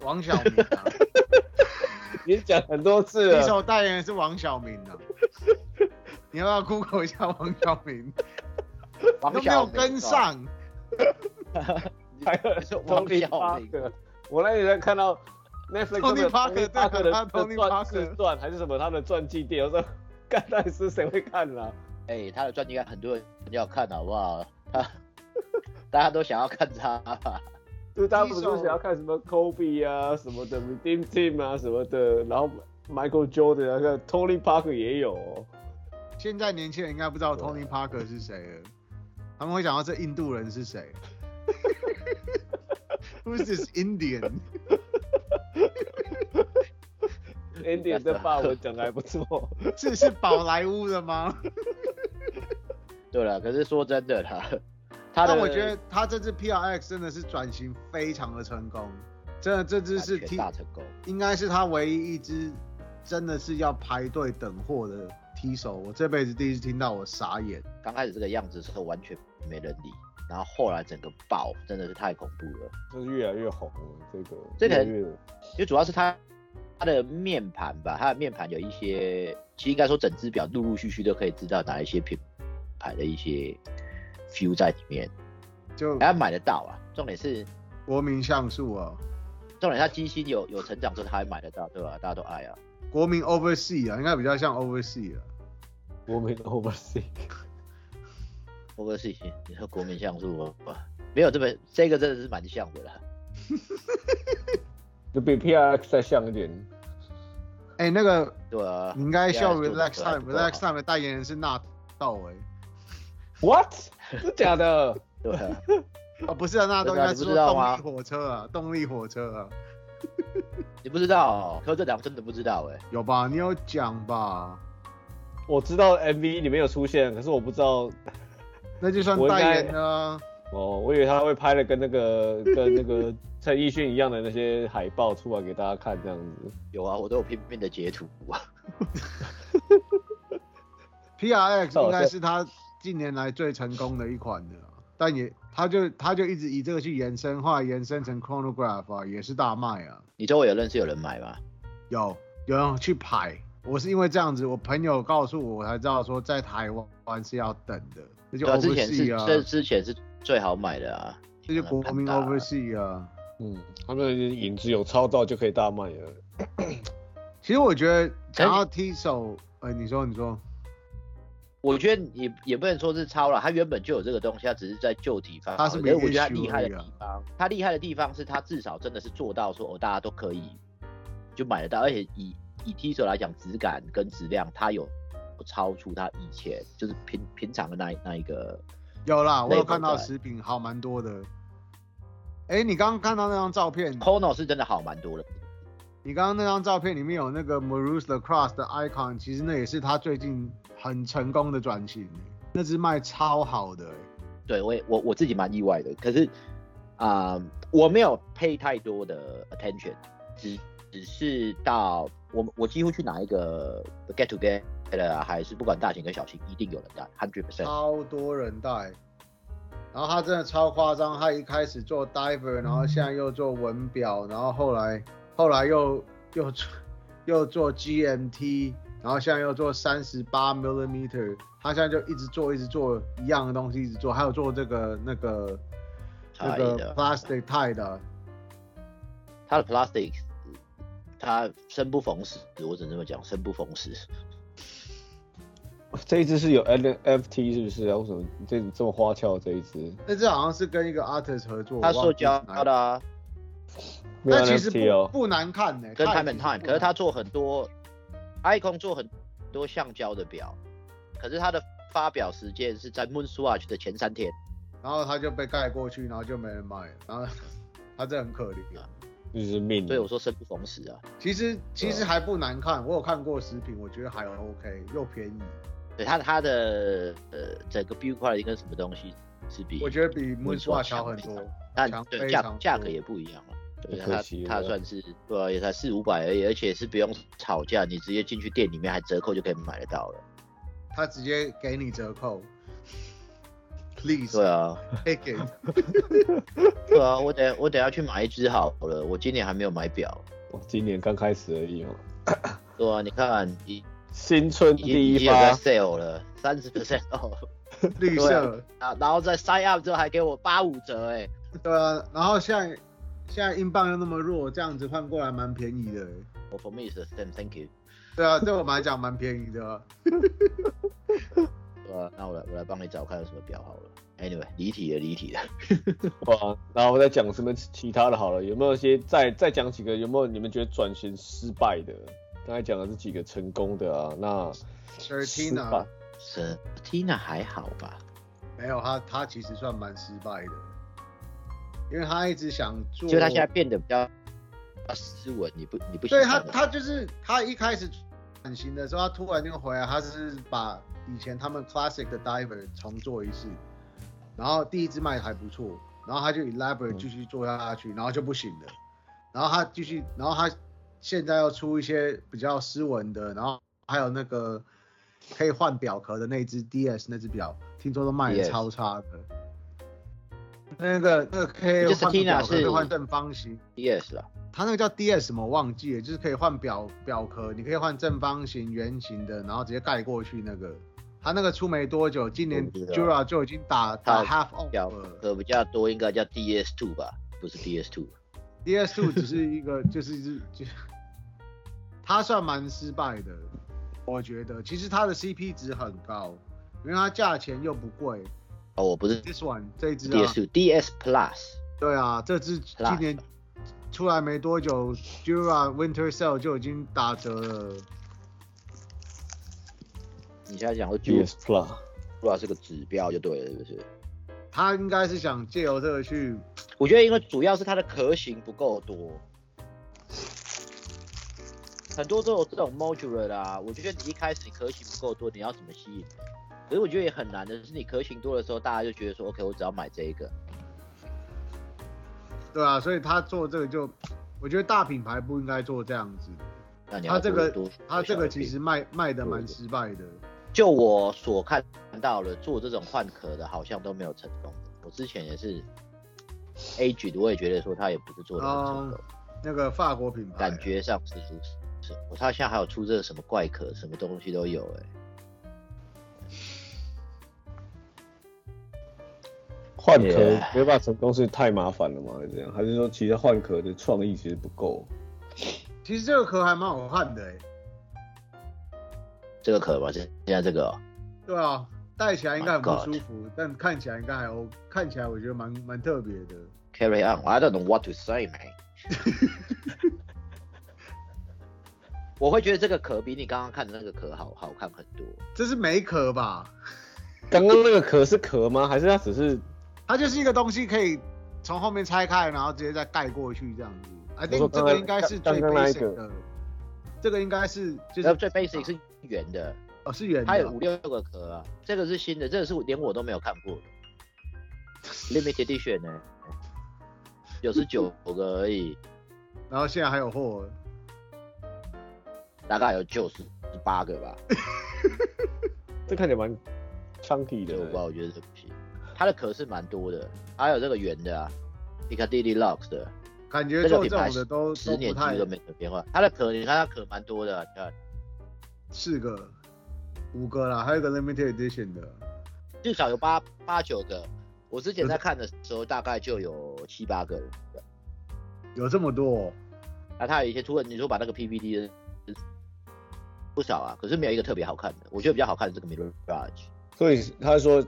王小明 啊，
也讲很多次
啊
第一
了，
首代言人是王小明 啊。你要不要 Google 一下王小明？
王
都没
小 啊
有
明
跟，上，
还有
你说王
Tony
小明
Parker，我那天看到 Netflix 上面有
Parker，对
Parker
他
的
Tony
传
Parker
自传还是什么他的传记店，我说干到底是谁会看啊啦、
哎、他的专辑应该很多人要看好不好？他大家都想要看他吧？
就是大家不是
Diesel
想要看什么 Kobe 啊、什么的 Redeem Team 啊什么的，然后 Michael Jordan 啊、看 Tony Parker 也有、哦，
现在年轻人应该不知道
对啊
Tony Parker 是谁了，他们会想到这印度人 是谁？Who's this Indian？
Andy 的法文讲的还不错，
这是宝莱坞的吗？
对了，可是说真的啦，他的
但我觉得他这支 PRX 真的是转型非常的成功，真的这支是
完全
T，
大成功，
应该是他唯一一支真的是要排队等货的 T 手，我这辈子第一次听到，我傻眼。
刚开始这个样子的时候完全没人理，然后后来整个爆，真的是太恐怖了。
就是越来越红了。这个
这个
越来越
因为主要是它它的面盘吧，它的面盘有一些，其实应该说整只表陆陆续续都可以知道哪一些品牌的一些 feel 在里面，
就
大家买得到啊。重点是，
国民像素啊，
重点它机芯有有成长之后，它还买得到，对吧？大家都爱啊。
国民 Oversea 啊，应该比较像 Oversea 啊。
我没 oversee，
不过是你说国民像素吧，没有这么这个真的是蛮像的啦。
就比 PRX 再像一点。
哎、那个
对啊，
你应该笑 Relax
做得不够
Time，Relax Time 的代言人是纳豆哎、
What？是 假的？
对 啊，
哦不是啊，纳豆
真
应
的啊
该
你不
是说
知道吗
动力火车啊，动力火车啊，
你不知道、哦，柯震南真的不知道哎、
有吧？你有讲吧？
我知道 MV 里面有出现，可是我不知道
那就算
我应该
代言了啊、
哦，我以为他会拍的跟那个跟那 个陈奕迅一样的那些海报出来给大家看这样子。
有啊，我都有片面的截图啊。哦
PRX 应该是他近年来最成功的一款的啊、但也他就他就一直以这个去延伸，后来延伸成 Chronograph 啊，也是大卖啊。
你周围有认识有人买吗？
有有人去排，我是因为这样子，我朋友告诉我，我才知道说在台湾是要等的，这就
对啊，之前是
Oversea
这
啊，
之前是最好买的啊，
这就国民
看到了
Oversea 啊。
嗯，他们的影子有超到就可以大卖了。
其实我觉得想要踢手，呃，你说你说，
我觉得也也不能说是抄了，它原本就有这个东西，它只是在旧地方。
它是没
可我觉得它
issue
厉害的
而已啊
地方，它厉害的地方是它至少真的是做到说哦，大家都可以就买得到，而且以以 T 手来讲，质感跟质量它有超出它以前就是平平常的那一那一个。
有啦，我
内
有
部
看到
在
食品，好蛮多的。哎、你刚刚看到那张照片，
Kono 是真的好蛮多的，
你刚刚那张照片里面有那个 Marus Lacrosse 的 icon，其实那也是他最近很成功的转型，那只卖超好的、
对我也我我自己蛮意外的，可是啊、我没有 pay 太多的 attention，只只是到我我几乎去哪一个 get together 啊，还是不管大型跟小型，一定有人带 hundred percent。
超多人戴。然后他真的超夸张，他一开始做 diver，然后现在又做文表，然后后来后来又又做又做 GMT，然后现在又做三十八 millimeter，他现在就一直做一直做一样的东西，一直做，还有做这个那个那
差异
个
的。
plastic tie 的，
它的 plastic，它生不逢时，我只能这么讲，生不逢时。
这一只是有 NFT 是不是啊？为什么这这么花俏这一只？
那这好像是跟一个 artist 合作，
它
我忘
塑
记是哪
胶
一个
的啊，
没有
但其实
NFT
不
哦，
不难看呢、
跟
看
Time and
起来
Time，可是它做很多，Icon 做很多橡胶的表，可是它的发表时间是在 Moonswatch 的前三天。
然后他就被盖过去，然后就没人买，然后他这很可怜。啊
就是命。
所
嗯
以我说生不逢时啊。
其实其实还不难看，我有看过食品，我觉得还 OK，又便宜，
对它它的呃整个 build quality 跟什么东西是比，
我觉得比
Moon
Moonswa
Swatch
小很多
强。但
强
对
非
价
常
价
多
格也不一样了。对
可
它
惜
它
了
算是对啊，也才四五百而已，而且是不用吵架，你直接进去店里面还折扣就可以买得到了。
他直接给你折扣，please
对啊，
take it。
对啊，我等我等下去买一只好了，我今年还没有买表。
我今年刚开始而已哦，
对啊，你看已
新春
已经
第
已
一
经有在
发，
sale 了，三十 percent 哦，
绿色，
啊，然后再 sign up 之后还给我八五折哎、
对啊，然后现在现在英镑又那么弱，这样子换过来蛮便宜的欸、
我 for me is the same thank you。
对啊，对我们来讲蛮便宜的啊、
对啊，那我来我来帮你找看有什么表好了。Anyway，离题了离题了。
哇！然后我再讲什么其他的好了，有没有一些再再讲几个？有没有你们觉得转型失败的？刚才讲的是几个成功的啊，那失
Sertina
败
是 Tina 还好吧？
没有他，他其实算蛮失败的，因为他一直想做，
就他现在变得比较比较斯文，你不你不喜
对
欢
他，
吗
他就是他一开始转型的时候，他突然就回来，他是把以前他们 classic 的 diver 重做一次，然后第一支卖得还不错，然后他就 elaborate
嗯
继续做下去，然后就不行了，然后他继续，然后他现在要出一些比较斯文的，然后还有那个可以换表壳的那只 DS 那只表，听说都卖的
DS
超差的。那个那个可以
就是
换
Tina
表壳，可以
是
换正方形，
yes 啊，
它那个叫 DS 什么我忘记了，就是可以换表表壳，你可以换正方形、圆形的，然后直接盖过去那个。它那个出没多久，今年
我不知道
Jura 就已经打打 half off
表
了。
壳比较多，应该叫 DS Two 吧，不是 DS Two。
DS Two 只是一个， 就是一只就，它算蛮失败的，我觉得。其实它的 CP 值很高，因为它价钱又不贵。
哦，我不是
This one 这一只啊
DS，Two，DS Plus。
对啊，这只今年出来没多久，Jura Winter Sale 就已经打折了。
你现在讲说
PS Plus，
Plus 是个指标就对了，是不是？
他应该是想借由这个去，
我觉得因为主要是它的壳型不够多，很多都有这种 modular 啦、我觉得你一开始壳型不够多，你要怎么吸引？可是我觉得也很难的，是你壳型多的时候，大家就觉得说 OK，我只要买这一个。
对啊，所以他做这个就，我觉得大品牌不应该做这样子。
那你要
他啊这个
多多
他这个其
小一点
实卖卖的蛮失败的，
就我所看到了，做这种换壳的，好像都没有成功的。我之前也是 A 举的，我也觉得说他也不是做的很成功，
那个法国品牌啊、
感觉上是如此。是我他现在还有出这个什么怪壳，什么东西都有哎、
换壳
Yeah
没办法成功是太麻烦了嘛？还是这样？还是说其实换壳的创意其实不够？
其实这个壳还蛮好看的、欸，
这个壳吧，这现在这个、哦，
对啊，戴起来应该很不
Oh My God
舒服但看起来应该还 O，看起来我觉得蛮蛮特别的。
Carry on. I don't know what to say, man. 我会觉得这个壳比你刚刚看的那个壳好好看很多。
这是梅壳吧？
刚刚那个壳是壳吗？还是它只是
它就是一个东西可以从后面拆开，然后直接再盖过去这样子。I
我说
think 这
刚刚
个应该是
刚
最
刚那一
basic
个
的，这个应该是就
然
是
后呃最 basic 是圆的，
哦是圆的，
它有五六个壳啊，这个是新的，这个是连我都没有看过的 limited edition 呢、九十九个而已，
然后现在还有货了。
大概有九十八个吧，
这看起来蛮 chunky
所以我
的
不知道，？我觉得这不行。它的壳是蛮多的，还有这个圆的啊，Piccadilly Lux 的，
感
这个
觉做
品
这
牌
种的都
十
都
年几
不
乎
太
都没什么变化。它的壳，你看它壳蛮多的啊、你看
四个、五个啦，还有一个 limited edition 的。
至少有八八九个。我之前在看的时候，大概就有七八个人的。
有这么多、哦？
那它有一些突然你说把那个 PPT 的不少啊，可是没有一个特别好看的。我觉得比较好看的是这个 Mirage，
所以他说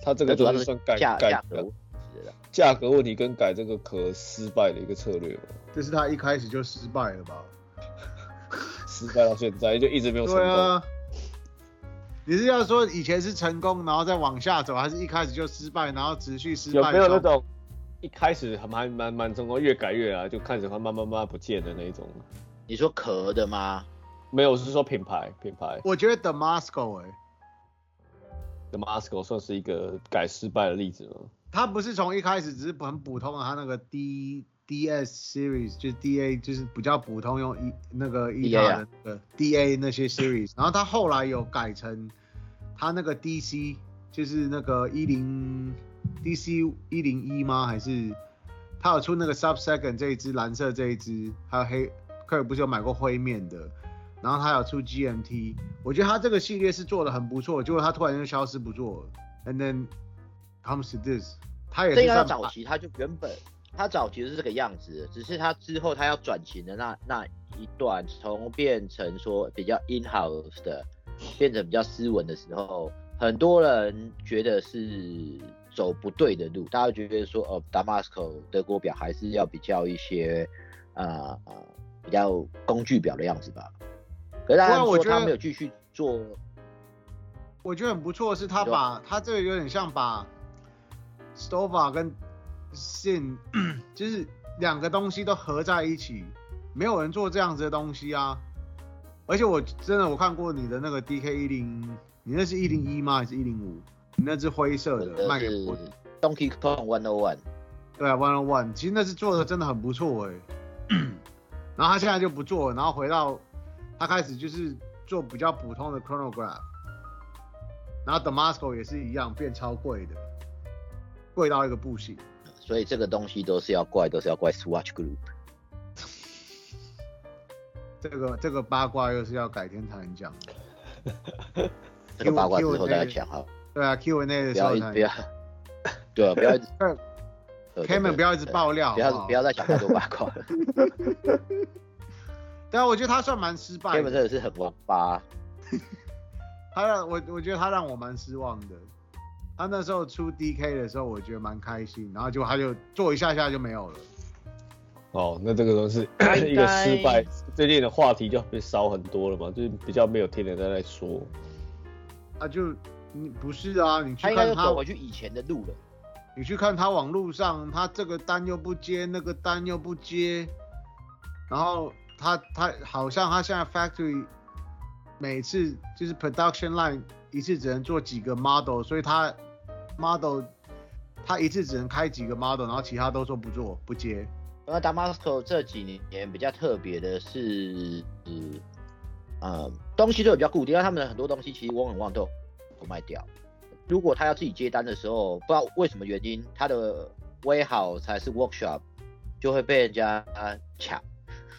他这个就
主要
是
是
算改
价
改
价格问题啊了。
价格问题跟改这个壳失败的一个策略嘛，
这是他一开始就失败了吧？
失败到现在就一直没有成
对
功。
啊。你是要说以前是成功，然后再往下走，还是一开始就失败，然后持续失败？
有没有那种一开始还蛮蛮蛮成功，越改越啊，就开始慢慢慢慢不见的那一种？
你说壳的吗？
没有，我是说品牌品牌
我觉得 Damasco 哎、
的 Masco 哦算是一个改失败的例子吗？
它不是从一开始只是很普通的，它那个 D D S series 就是 D A 就是比较普通用一那个一
DA 啊
的那个 D A 那些 series，然后它后来有改成它那个 D C 就是那个一零 D C 一零一吗？还是它有出那个 Sub Second 这一只蓝色这一只，还有黑科尔不是有买过灰面的，然后它有出 G M T，我觉得它这个系列是做的很不错，结果它突然就消失不做了，and then comes to this，它也
这
是啊
应该
在
是早期，它就原本它早期是这个样子，只是它之后它要转型的那那一段，从变成说比较 in house 的，变成比较斯文的时候，很多人觉得是走不对的路，大家觉得说呃，Damasco 德国表还是要比较一些呃呃比较工具表的样子吧。可是大
不
家
然我
说
觉得
他没有继续做，
我觉得很不错，是他
有
把他这个有点像把 Stova 跟 Sin 就是两个东西都合在一起，没有人做这样子的东西啊。而且我真的我看过你的那个 DK 一零，你那是一零一吗？还是一零五？你那只灰色
我
的卖
的
给
是
我，
Donkey Kong One O One。
对啊，One on One，其实那是做的真的很不错哎、 然后他现在就不做了，然后回到他开始就是做比较普通的 chronograph，然后 Damasco 也是一样变超贵的，贵到一个不行。
所以这个东西都是要怪，都是要怪 Swatch Group。
这个这个八卦又是要改天才能讲。
这个八卦之
Q-
后
Q&A
再讲哈，
对啊，Q&A 的
不
时
要
候
一
才
不要， 对啊，不要一直对
Kevin，
对对
Kevin 不要一直
对
爆料，
不
好
要
好
不要再讲太多八卦 了。
对啊，我觉得他算蛮失败
Kevin 真
的，
的是很王八，啊
他让我我觉得他让我蛮失望的。他那时候出 DK 的时候，我觉得蛮开心，然后结果他就做一下下就没有了。
哦，那这个都是
该
一个失败，最近的话题就被少很多了嘛，就是比较没有听人家在说。
啊，就你不是啊，你去
他应该
看
又
他
走，回去以前的路了。
你去看他网络上，他这个单又不接，那个单又不接，然后他他好像他现在 factory 每次就是 production line 一次只能做几个 model，所以他 model 他一次只能开几个 model，然后其他都说不做不接。
然后 Damasco 这几年比较特别的是，嗯，呃，东西都有比较固定，因为他们的很多东西其实 One on One 都有卖掉。如果他要自己接单的时候，不知道为什么原因，他的 warehouse 还是 workshop 就会被人家抢，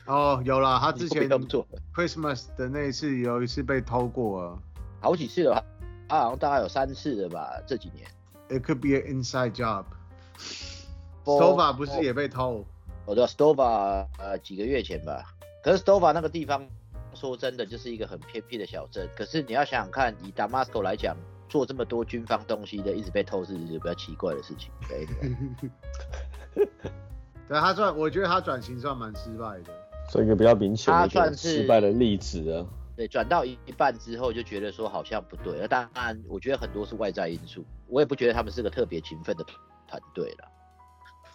哦，有了，他之前
这么做
Christmas 的那一次有一次被偷过啊
好几次了吧，他好像大概有三次了吧，这几年。
，It could be an inside job。
For-
Sova
哦
不是也被偷？
我的 Stova 呃几个月前吧，可是 Stova 那个地方说真的就是一个很偏僻的小镇，可是你要想想看，以 Damasco 来讲，做这么多军方东西的，一直被偷是比较奇怪的事情。对，
对他算，我觉得他转型算蛮失败的。
所以一个比较明显的一
他算
个
是
失败的例子啊。
对，转到一半之后就觉得说好像不对，那当然我觉得很多是外在因素，我也不觉得他们是个特别勤奋的团队了。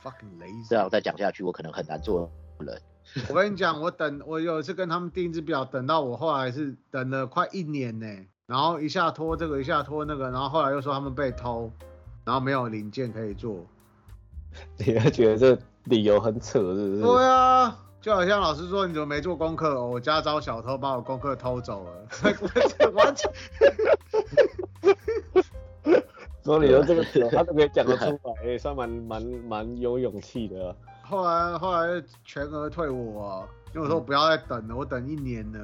Fucking
这
lazy！
样再讲下啊去，我可能很难做人。
我跟你讲，我等我有一次跟他们订制表，等到我后来是等了快一年呢、然后一下拖这个，一下拖那个，然后后来又说他们被偷，然后没有零件可以做。
你会觉得这理由很扯，是不是？
对啊，就好像老师说你怎么没做功课、哦，我家遭小偷把我功课偷走了， 啊完全
说理由这个理由他都可以讲得出来， 也算蛮蛮蛮有勇气的啊、
后哦
嗯
来后来全额退我、啊，因为我说我不要再等了，我等一年了。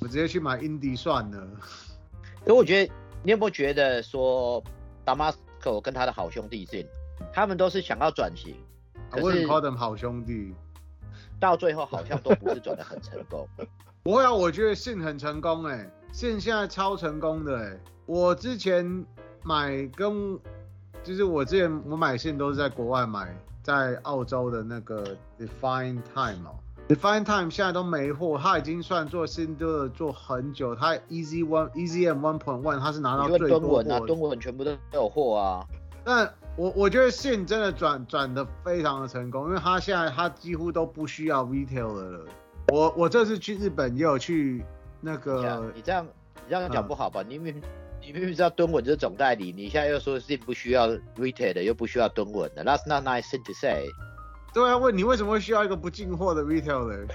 我直接去买 Indie 算了。
可我觉得，你有没有觉得说，Damasco 跟他的好兄弟 Zin，他们都是想要转型，
I
可
wouldn't
是
call them 啊好兄弟。
到最后好像都不是转的很成 功。
不会啊，我觉得信很成功哎、信现在超成功的哎、我之前买跟就是我之前我买信都是在国外买，在澳洲的那个 Define Time 哦，Define Time 现在都没货，它已经算做新的做很久，它 Easy One Easy M One Point One 它是拿到
你
最
问
多
敦
货
文
的
啊，，敦文全部都有货啊，
但我我觉得信真的转转的非常的成功，因为他现在他几乎都不需要 retailer 了。我我这次去日本也有去那
这样
个
你这样你这样讲
啊嗯
不好吧？你明明你明明知道敦文是总代理，你现在又说 Zin 不需要 retail 的，又不需要敦文的，That's not nice thing to say。
对啊，问你为什么会需要一个不进货的 retailer？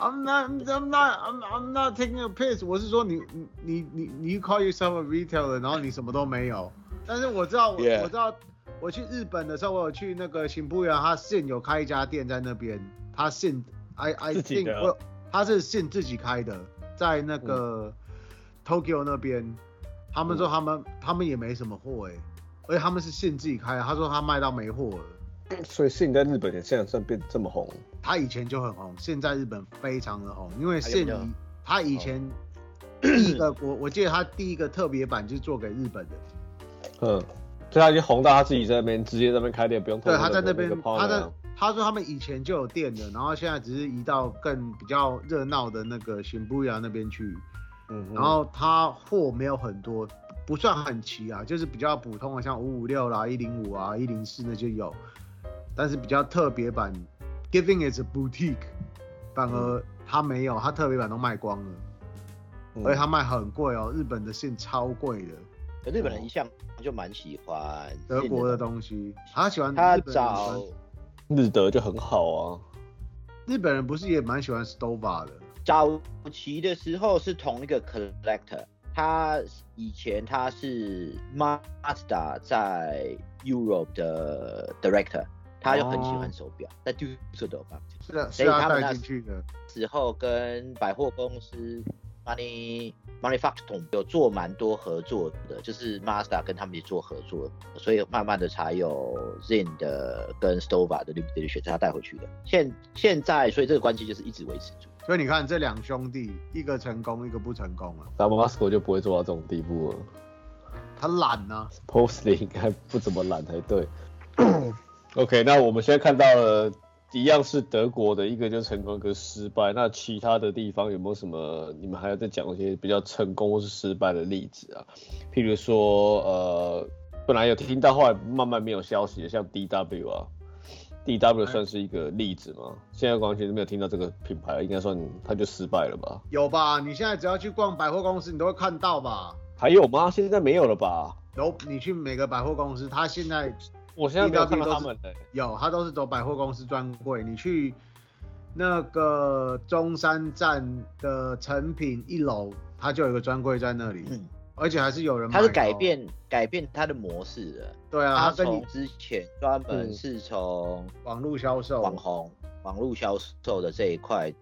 I'm not, I'm not, I'm, I'm not taking a piss。我是说你你你你你 call yourself a retailer，然后你什么都没有。但是我知道我
Yeah.
我知道我去日本的时候，我有去那个新布园，他信有开一家店在那边，他信 I I
自己
think
的
我他是信自己开的，在那
嗯
个 Tokyo 那边，他们说他们、他们也没什么货哎、而且他们是信自己开的，他说他卖到没货了。
所以信在日本也现在算变这么红，
他以前就很红，现在日本非常的红，因为
哎
还有
现
没有
以他以前
哦
第一个我我记得他第一个特别版就是做给日本的，
嗯，所以他已经红到他自己在那边直接在那边开店，不用透
对，
过
他在那
任何
边
一个 partner
他
啊
在他说他们以前就有店的，然后现在只是移到更比较热闹的那个新布亚那边去，
嗯哼
然后他货没有很多，不算很齐啊，就是比较普通的，像五五六啦、一零五啊、一零四那些有，但是比较特别版，Giving is a boutique，反而他没有，他特别版都卖光了，
嗯
而且他卖很贵哦，日本的信超贵的，
可日本人一向就蛮喜欢
哦德
Zin
国的
东
东西，他喜欢
西，他
日本人喜
找
欢，
日德就很好啊，
日本人不是也蛮喜欢 Stova 的，
早期的时候是同一个 collector，他以前他是 Mazda 在 Europe 的 director，他就很喜欢手表，在 d u s s e l d o r
是的，
所
是啊
以他们
带
那
进去的，
之后跟百货公司 Money Money Factory 有做蛮多合作的，就是 Mazda 跟他们也做合作，所以慢慢的才有 Zin 的跟 Stova 的 Limited Edition 是他带回去的。现现在所以这个关系就是一直维持住。
所以你看这两兄弟，一个成功，一个不成功了，啊
达马斯 o 就不会做到这种地步了
他懒呐、啊。
，Posley 应该不怎么懒才对。OK，那我们现在看到了，一样是德国的一个就成功，一个失败。那其他的地方有没有什么？你们还要再讲一些比较成功或是失败的例子啊？譬如说，呃，本来有听到，后来慢慢没有消息了，像 DW 啊，DW 算是一个例子吗？现在完全没有听到这个品牌了，应该算它就失败了吧？
有吧？你现在只要去逛百货公司，你都会看到吧？
还有吗？现在没有了吧？
有，你去每个百货公司，它现在
我现在没有看到他们的、
有，它都是走百货公司专柜。你去那个中山站的成品一楼，它就有一个专柜在那里，
嗯
而且还是有人买、哦
它是改，变改变它的模式了。
对啊，
它
它跟
从
你
之前专门
嗯
是从
网络销售
网红、网络销售的这一块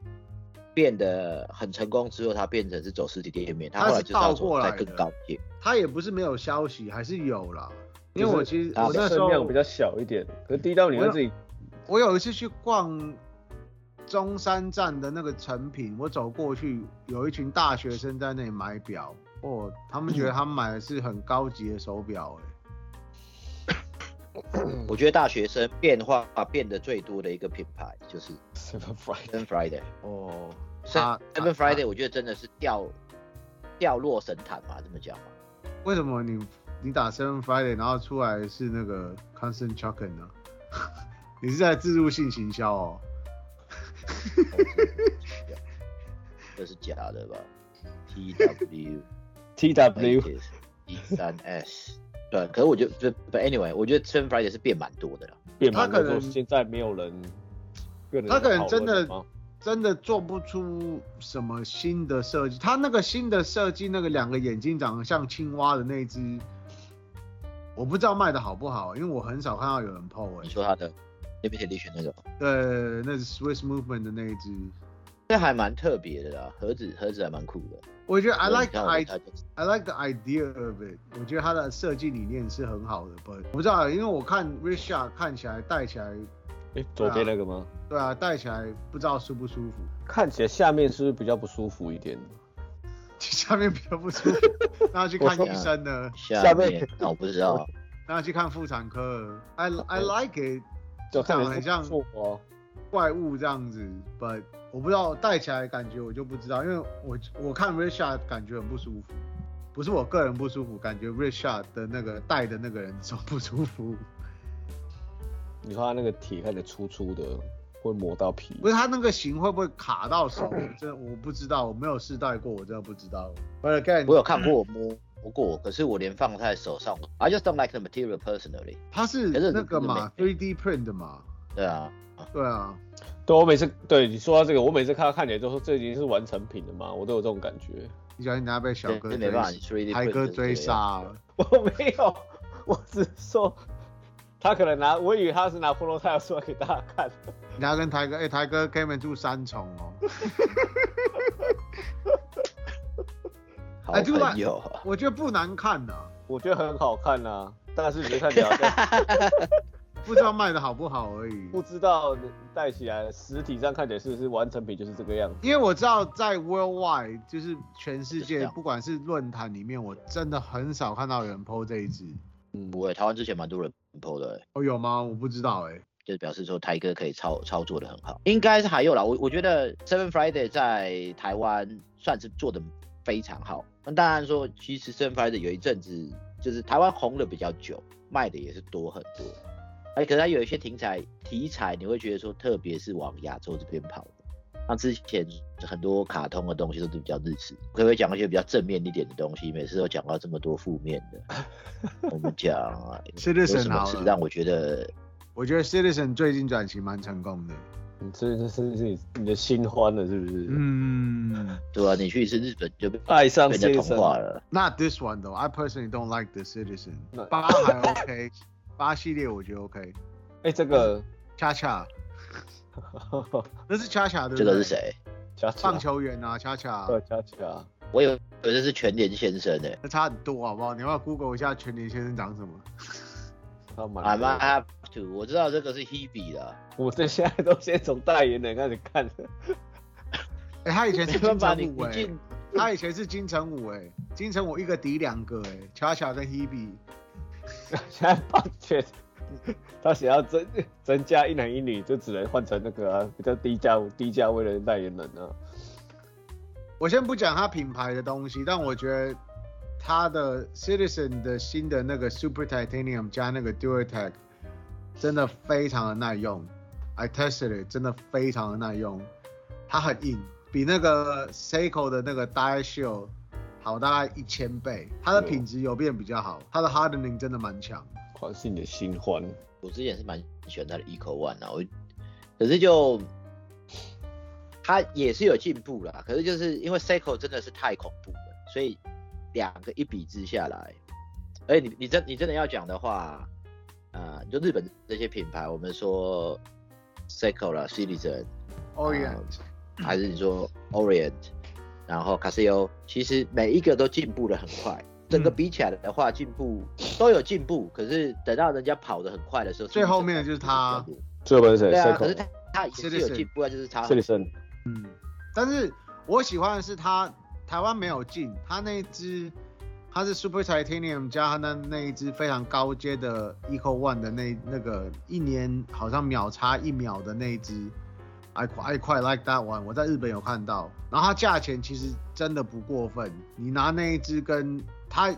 变得很成功之后，它变成是走实体店面，它
它
后来
是
就是
倒
要走
过
在
来
更
的
高阶。
它也不是没有消息，还是有啦。因为
就是
我其实
它
我那时
啊声
候
量比较小一点，可是 DW 在这里
我有一次去逛中山站的那个成品，我走过去，有一群大学生在那里买表，哦，他们觉得他们买的是很高级的手表、哎，嗯
我觉得大学生变化变得最多的一个品牌就是
Seven Friday
Seven Friday。
哦，啊
Seven Friday 我觉得真的是掉掉落神坛嘛，这么讲嘛。
为什么你你打 Seven Friday，然后出来是那个 Constant Chocken 呢？ 你是在自助性行销哦？
这是假的吧？T W
哎
TW
一三 S，对，可是我觉得，不，anyway，我觉得 Seven Friday 是变蛮多的了。
变蛮
他可
多，
能
现在没有人，没有人
他可能
讨论
真的
吗
真的做不出什么新的设计，他那个新的设计，那个两个眼睛长得像青蛙的那一只，我不知道卖的好不好，因为我很少看到有人 PO 哎、
你说他的， limited edition 那种，
对，那是 Swiss Movement 的那一只。
这还蛮特别的啦，盒子盒子还蛮酷的。
我觉得 I
对
like
你看
the
我
idea。
它就
I like the idea of it。我觉得它的设计理念是很好的，but 我不知道，因为我看 Risha 看起来戴起来，
哎，左边那个吗？
对啊，戴起来不知道舒不舒服，
看起来下面是不是比较不舒服一点？
下面比较不舒服，那要去看医生呢，
下
下
面
面那我不知道，
那要去看妇产科。I I like it，
就
长
特
得
别
很像
做哦。
怪物这样子，but 我不知道戴起来感觉我就不知道，因为我我看 Risha 感觉很不舒服。不是我个人不舒服，感觉 Risha 的那个戴的那个人手不舒服。
你看它那个铁看起来粗粗的，会磨到皮。
不是它那个型会不会卡到手？这我不知道，我没有试戴过，我真的不知道。But again，
我有看过我摸摸过，可是我连放在手上，I just don't like the material personally。
它是
可是
那个嘛
这
，3D print 的嘛，
对啊，
对啊，
对，我每次对你说到这个，我每次看它看起来都说这已经是完成品了嘛，我都有这种感觉。
你小心等下被小哥
这
追
没办法，你 3D
台
print 就
哥
是这
追
样
杀了。
我没有，我只是说他可能拿，我以为他是拿 prototype 出来给大家看。
你要跟台哥，哎、台哥 k e v i 住三重哦。
好
I do
朋友啊。
我觉得不难看啊呐、
我觉得很好看呐、但是你看起来好像
不知道卖的好不好而已。
不知道戴起来实体上看起来是不是完成品就是这个样子。
因为我知道在 worldwide，就是全世
就这
界，
样
不管是论坛里面，我真的很少看到有人 PO 这一支。
不会，台湾之前蛮多人 PO 的、
哦，有吗？我不知道哎、
就是表示说台哥可以操操作的很好，应该是还有啦。我我觉得 Seven Friday 在台湾算是做的非常好。那当然说，其实 Seven Friday 有一阵子就是台湾红的比较久，卖的也是多很多。哎，可是它有一些题材题材，你会觉得说，特别是往亚洲这边跑的。那之前很多卡通的东西都是比较日式，可不可以讲一些比较正面一点的东西？每次都讲到这么多负面的，我们讲啊有
Citizen
什么
好
是
了
让我觉得
我觉得 Citizen 最近转型蛮成功的。
你嗯这这是你你的新欢了是不是？
嗯
对啊，你去一次日本就被
爱上
被人家
先
同
生
化了。
，Not this one though. I personally don't like the Citizen.
那
八还 OK，八系列我觉得 OK。
哎、这个，
恰恰，那是恰恰对不
这
对？
个是？谁？
恰
棒
恰，
球员啊，恰恰，
对，恰恰，
我有有的是全联先生欸诶、
那差很多好不好？你要不要 Google 一下全年先生长什么？
他蛮
i m up to，我知道这个是 Hebe 的，
我这现在都先从代言人开始看。
哎、他以前
这
是
个
金
把 你
城武
你
哎、
进
他以前是金城武哎、金城武一个敌两个哎、恰恰跟 Hebe，
现在棒球，他想要增增加一男一女，就只能换成那个啊，比较低价低价位的代言人啊。
我先不讲他品牌的东西，但我觉得他的 Citizen 的新的那个 Super Titanium 加那个 Duratec 真的非常的耐用，I tested it，真的非常的耐用，它很硬，比那个 Seiko 的那个 Die Shield 好大概一千倍，它的品质有变比较好，它的 hardening 真的蛮强。
狂是你的新欢，
我之前是蛮喜欢他的 Eco One 啊，我可是就他也是有进步啦，可是就是因为 Seiko 真的是太恐怖了，所以两个一比之下来，而且你你真你真的要讲的话，啊、就日本这些品牌，我们说 Seiko 啦、Citizen，
Orient，、
还是你说 Orient，然后 Casio，其实每一个都进步的很快。整
嗯
个比起来的话，进步都有进步，可是等到人家跑得很快的时候，
最后面的就是他
自己
最后是谁
对啊，
？Seiko
可是他他也是有进步啊，就是他
这里森，
嗯，但是我喜欢的是它台湾没有进，它那一只它是 Super Titanium 加它那那一只非常高阶的 Eco One 的那那个一年好像秒差一秒的那一只，I qui- I quite like that one，我在日本有看到，然后它价钱其实真的不过分，你拿那一只跟它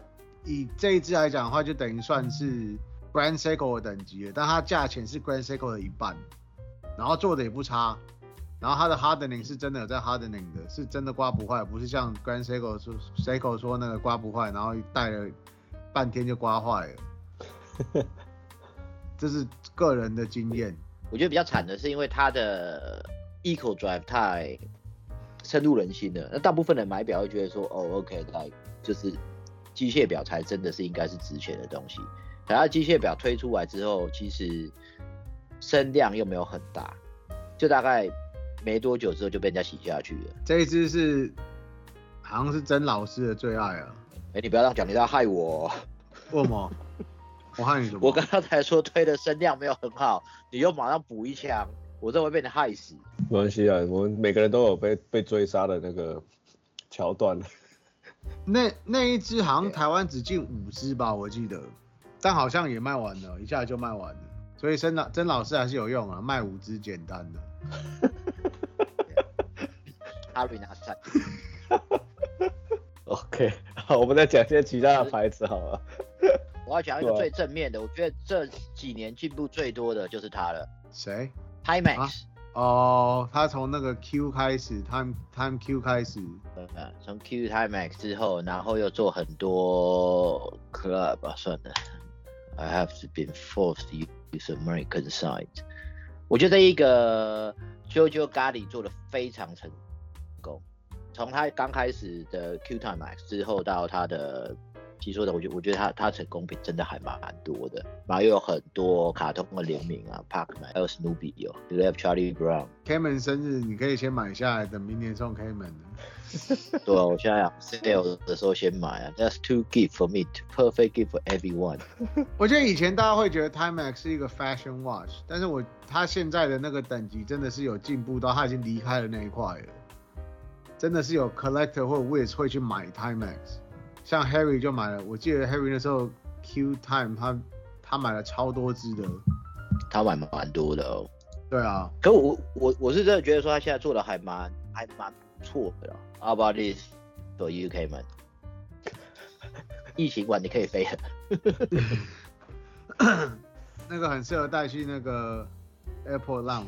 以这一只来讲的话，就等于算是 Grand Seiko 的等级了，但它价钱是 Grand Seiko 的一半，然后做的也不差。然后它的 hardening 是真的有在 hardening 的，是真的刮不坏，不是像 Grand Seiko 说 Seiko 说那个刮不坏，然后戴了半天就刮坏了。 这是个人的经验。
我觉得比较惨的是因为他的 Eco Drive 太深入人心了，那大部分人买表会觉得说，哦，OK，那就是机械表才真的是应该是值钱的东西。可它机械表推出来之后，其实声量又没有很大，就大概没多久之后就被人家洗下去了。
这一只是好像是曾老师的最爱啊。
哎、你不要这样讲，你在害我。哦
为什么？我害你什么？
我刚刚才说推的声量没有很好，你又马上补一枪，我这会被你害死。
没关系啊，我们每个人都有被被追杀的那个桥段。
那那一只好像台湾只进五只吧，我记得，但好像也卖完了，一下就卖完了。所以曾老曾老师还是有用啊，卖五只简单的。
哈瑞拿三，
OK，好，我 们再讲一些其他的牌子好了。
我要讲一个
对啊
最正面的，我觉得这几年进步最多的就是它了
谁？啊
，Timex，、
哦，他从那个 Q 开始，Time Time Q 开始，
呃，从 Q Timex 之后，然后又做很多 club 啊，算了，I have been forced to use American side。我觉得一个 JoJo 咖喱做的非常成功，从他刚开始的 Q Timex 之后到他的。其实说的，我觉我觉得他他成功品真的还蛮多的，然后又有很多卡通的联名啊，Parkman 还有 Snoopy 有 l e v Charlie Brown，
Kman 生日，你可以先买下来，等明年送 Kman 的。
对啊，我现在 sale 的时候先买啊，That's two gift for me, perfect gift for everyone。
我觉得以前大家会觉得 Timex 是一个 fashion watch，但是我它现在的那个等级真的是有进步到它已经离开了那一块了，真的是有 collector 或 wiz 会去买 Timex，像 Harry 就买了，我记得 Harry 那时候 Q Time 他他买了超多只的，
他买蛮多的哦，
对啊，
可我我我是真的觉得说他现在做的还蛮还蛮不错的啦。How about this for UK man？疫情完你可以飞了，
那个很适合带去那个 Airport Lounge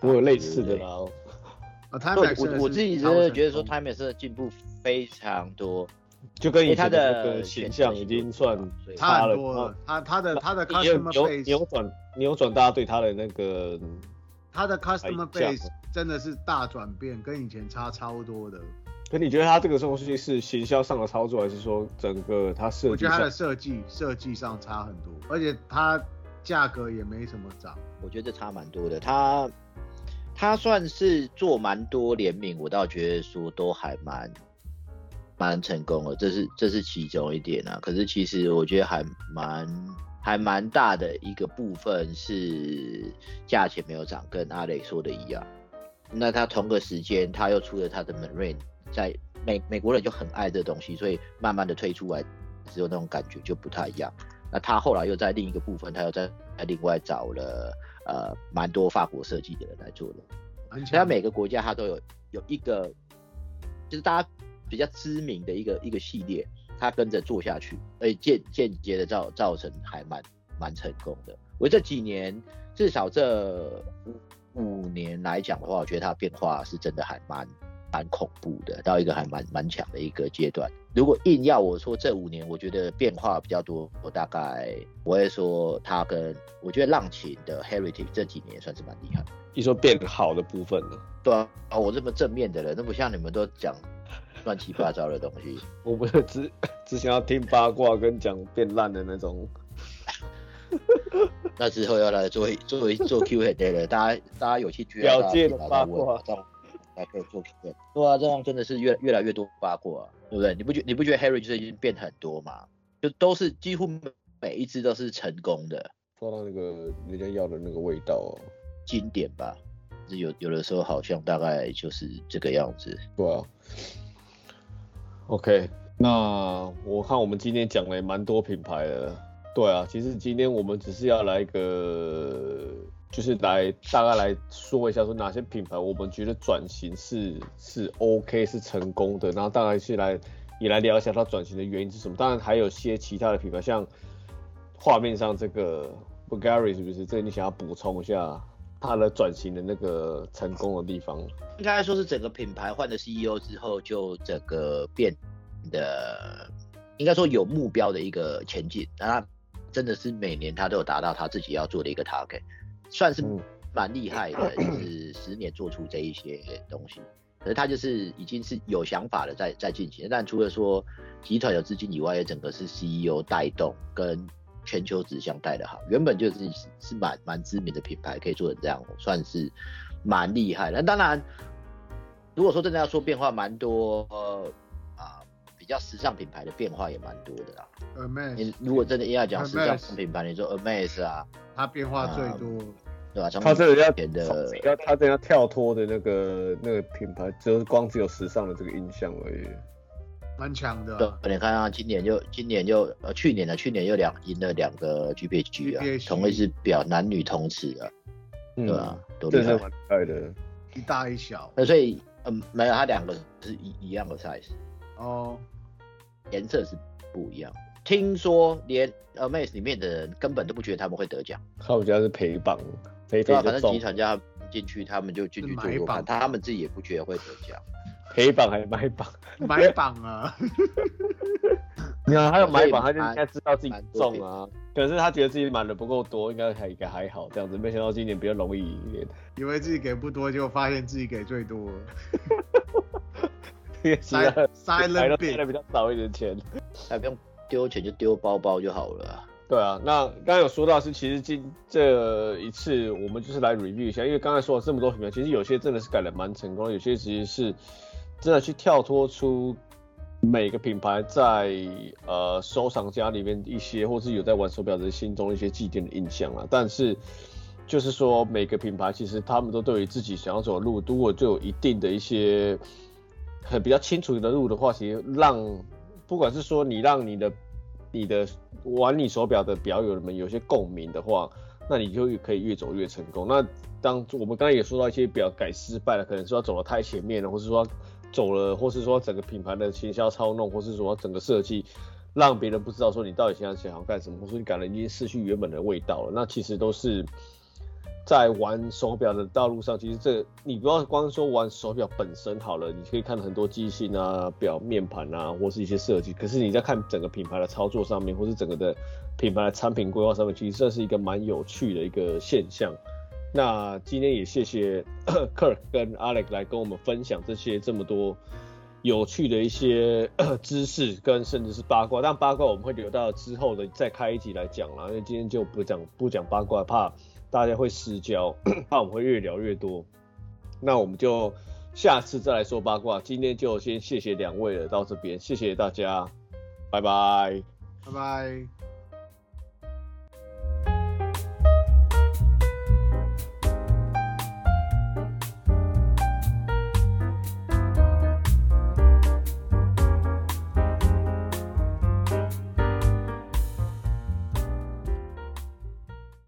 我有类似的啦，哦
啊
对
，Timex 真的
我
是
我自己真的觉得说
超成功嗯
Time 真的进步非常多，
就跟
因为
以
他
前
的
的那个形象已经算
啊所以
差
差
很
了
多了，他他的他的
也有
customer
扭
base
扭转扭转大家对他的那个
他的 customer
哎这样
base 真的是大转变，跟以前差超多的。
可你觉得他这个东西是行销上的操作，还是说整个他设
我
计
觉得它
上
的？设计设计上差很多，而且它价格也没什么涨。
我觉得差蛮多的。他他算是做蛮多联名，我倒觉得说都还蛮蛮成功的，这是这是其中一点啊。可是其实我觉得还蛮还蛮大的一个部分是价钱没有涨，跟阿磊说的一样。那他同个时间他又出了他的 Marine，在美美国人就很爱这东西，所以慢慢的推出来之后那种感觉就不太一样。那他后来又在另一个部分，他又在另外找了呃蛮多法国设计的人来做的。所
而
以
且
他每个国家它都有有一个，就是大家比较知名的一个一个系列，它跟着做下去，而且间间接的造造成还蛮蛮成功的。我这几年至少这五五年来讲的话，我觉得它变化是真的还蛮蛮恐怖的，到一个还蛮蛮强的一个阶段。如果硬要我说这五年，我觉得变化比较多，我大概我会说它跟我觉得浪琴的 Heritage 这几年也算是蛮厉害的。
一说变好的部分呢？
对啊，啊我这么正面的人，那不像你们都讲乱七八糟的东西。
我们是只 只想要听八卦跟讲变烂的那种。
那之后要来做一做一做 Q&A 了，大家大家有兴趣
了
大家
解
进来
八
再问
卦
这样才可以做 Q&A。对啊，这样真的是越越来越多八卦、啊，对不对？你不觉你不觉得 Harry 最近变很多吗？就都是几乎每一只都是成功的
抓到那个人家要的那个味道哦、
经典吧？就是有有的时候好像大概就是这个样子。
对啊。OK，那我看我们今天讲了也蛮多品牌的。对啊，其实今天我们只是要来一个，就是来大概来说一下，说哪些品牌我们觉得转型是是 OK 是成功的，然后当然是来也来聊一下它转型的原因是什么。当然还有些其他的品牌，像画面上这个 Bulgari 是不是？这个你想要补充一下它的转型的那个成功的地方？
应该说是整个品牌换了 CEO 之后，就整个变得应该说有目标的一个前进。那他真的是每年他都有达到他自己要做的一个 target，算是
嗯
蛮厉害的，就是十年做出这一些东西。可是他就是已经是有想法的在在进行，但除了说集团有资金以外，也整个是 CEO E 带动跟全球指向带的好，原本就是是蛮蛮知名的品牌，可以做成这样，算是蛮厉害的。那当然，如果说真的要说变化，蛮多呃啊、比较时尚品牌的变化也蛮多的啦。
Hermes，
你如果真的硬要讲时
哎 Hermes
尚品牌，你说 Hermes 啊，
它变化最多。
对吧、从
他这个要
以前的
要他这要跳脱的那个那个品牌，就是光只有时尚的这个印象而已。
蛮强的、
对
啊。，
你看啊，今年又今年又呃，去年呢，去年又两赢了两个 GPG 啊，
GPHG
同一只表男女同时啊，
嗯
对啊，多
这
厉
是
害！
蛮厉害的。
一大一小
那所以嗯，没有它两个是一一样的 size，
哦，
颜色是不一样的。听说连 Amaze 里面的人根本都不觉得他们会得奖，
他们家是陪榜，陪陪
对啊，
就
反正集
中，
团家进去，他们就进去做
买
做看，
榜
他们自己也不觉得会得奖。
陪榜还买 榜。
买榜啊，
你看 他有买榜，
啊
他
所以
就应该知道自己中啊。可是他觉得自己买的不够多，应该还应该还好这样子。没想到今年比较容易一点，
以为自己给不多，结果发现自己给最多。
也是啊
Silent
买
Silent
的买的
Bit，
比较少一点钱。
那不用丢钱就丢包包就好了啊、
对啊，那刚刚有说到是，其实今这一次我们就是来 review 一下，因为刚才说了这么多品牌，其实有些真的是改的蛮成功的，有些其实是真的去跳脱出每个品牌在呃收藏家里面一些，或是有在玩手表的人心中一些既定的印象啦。但是就是说每个品牌其实他们都对于自己想要走的路，如果就有一定的一些很比较清楚的路的话，其实让不管是说你让你的你的呃玩你手表的表友们有些共鸣的话，那你就可以越走越成功。那当我们刚才也说到一些表改失败了，可能说走的太前面了，或是说走了，或是说整个品牌的行销操弄，或是说整个设计让别人不知道说你到底现在想要干什么，或是你改了已经失去原本的味道了。那其实都是在玩手表的道路上，其实这你不要光说玩手表本身好了，你可以看很多机芯啊、表面盘啊，或是一些设计。可是你在看整个品牌的操作上面，或是整个的品牌的产品规划上面，其实这是一个蛮有趣的一个现象。那今天也谢谢 Kirk 跟 Alex 来跟我们分享这些这么多有趣的一些 知识跟甚至是八卦，但八卦我们会留到之后的再开一集来讲啦，因为今天就不讲不讲八卦，怕大家会失焦， 怕我们会越聊越多。那我们就下次再来说八卦，今天就先谢谢两位了，到这边谢谢大家，拜拜。
拜拜。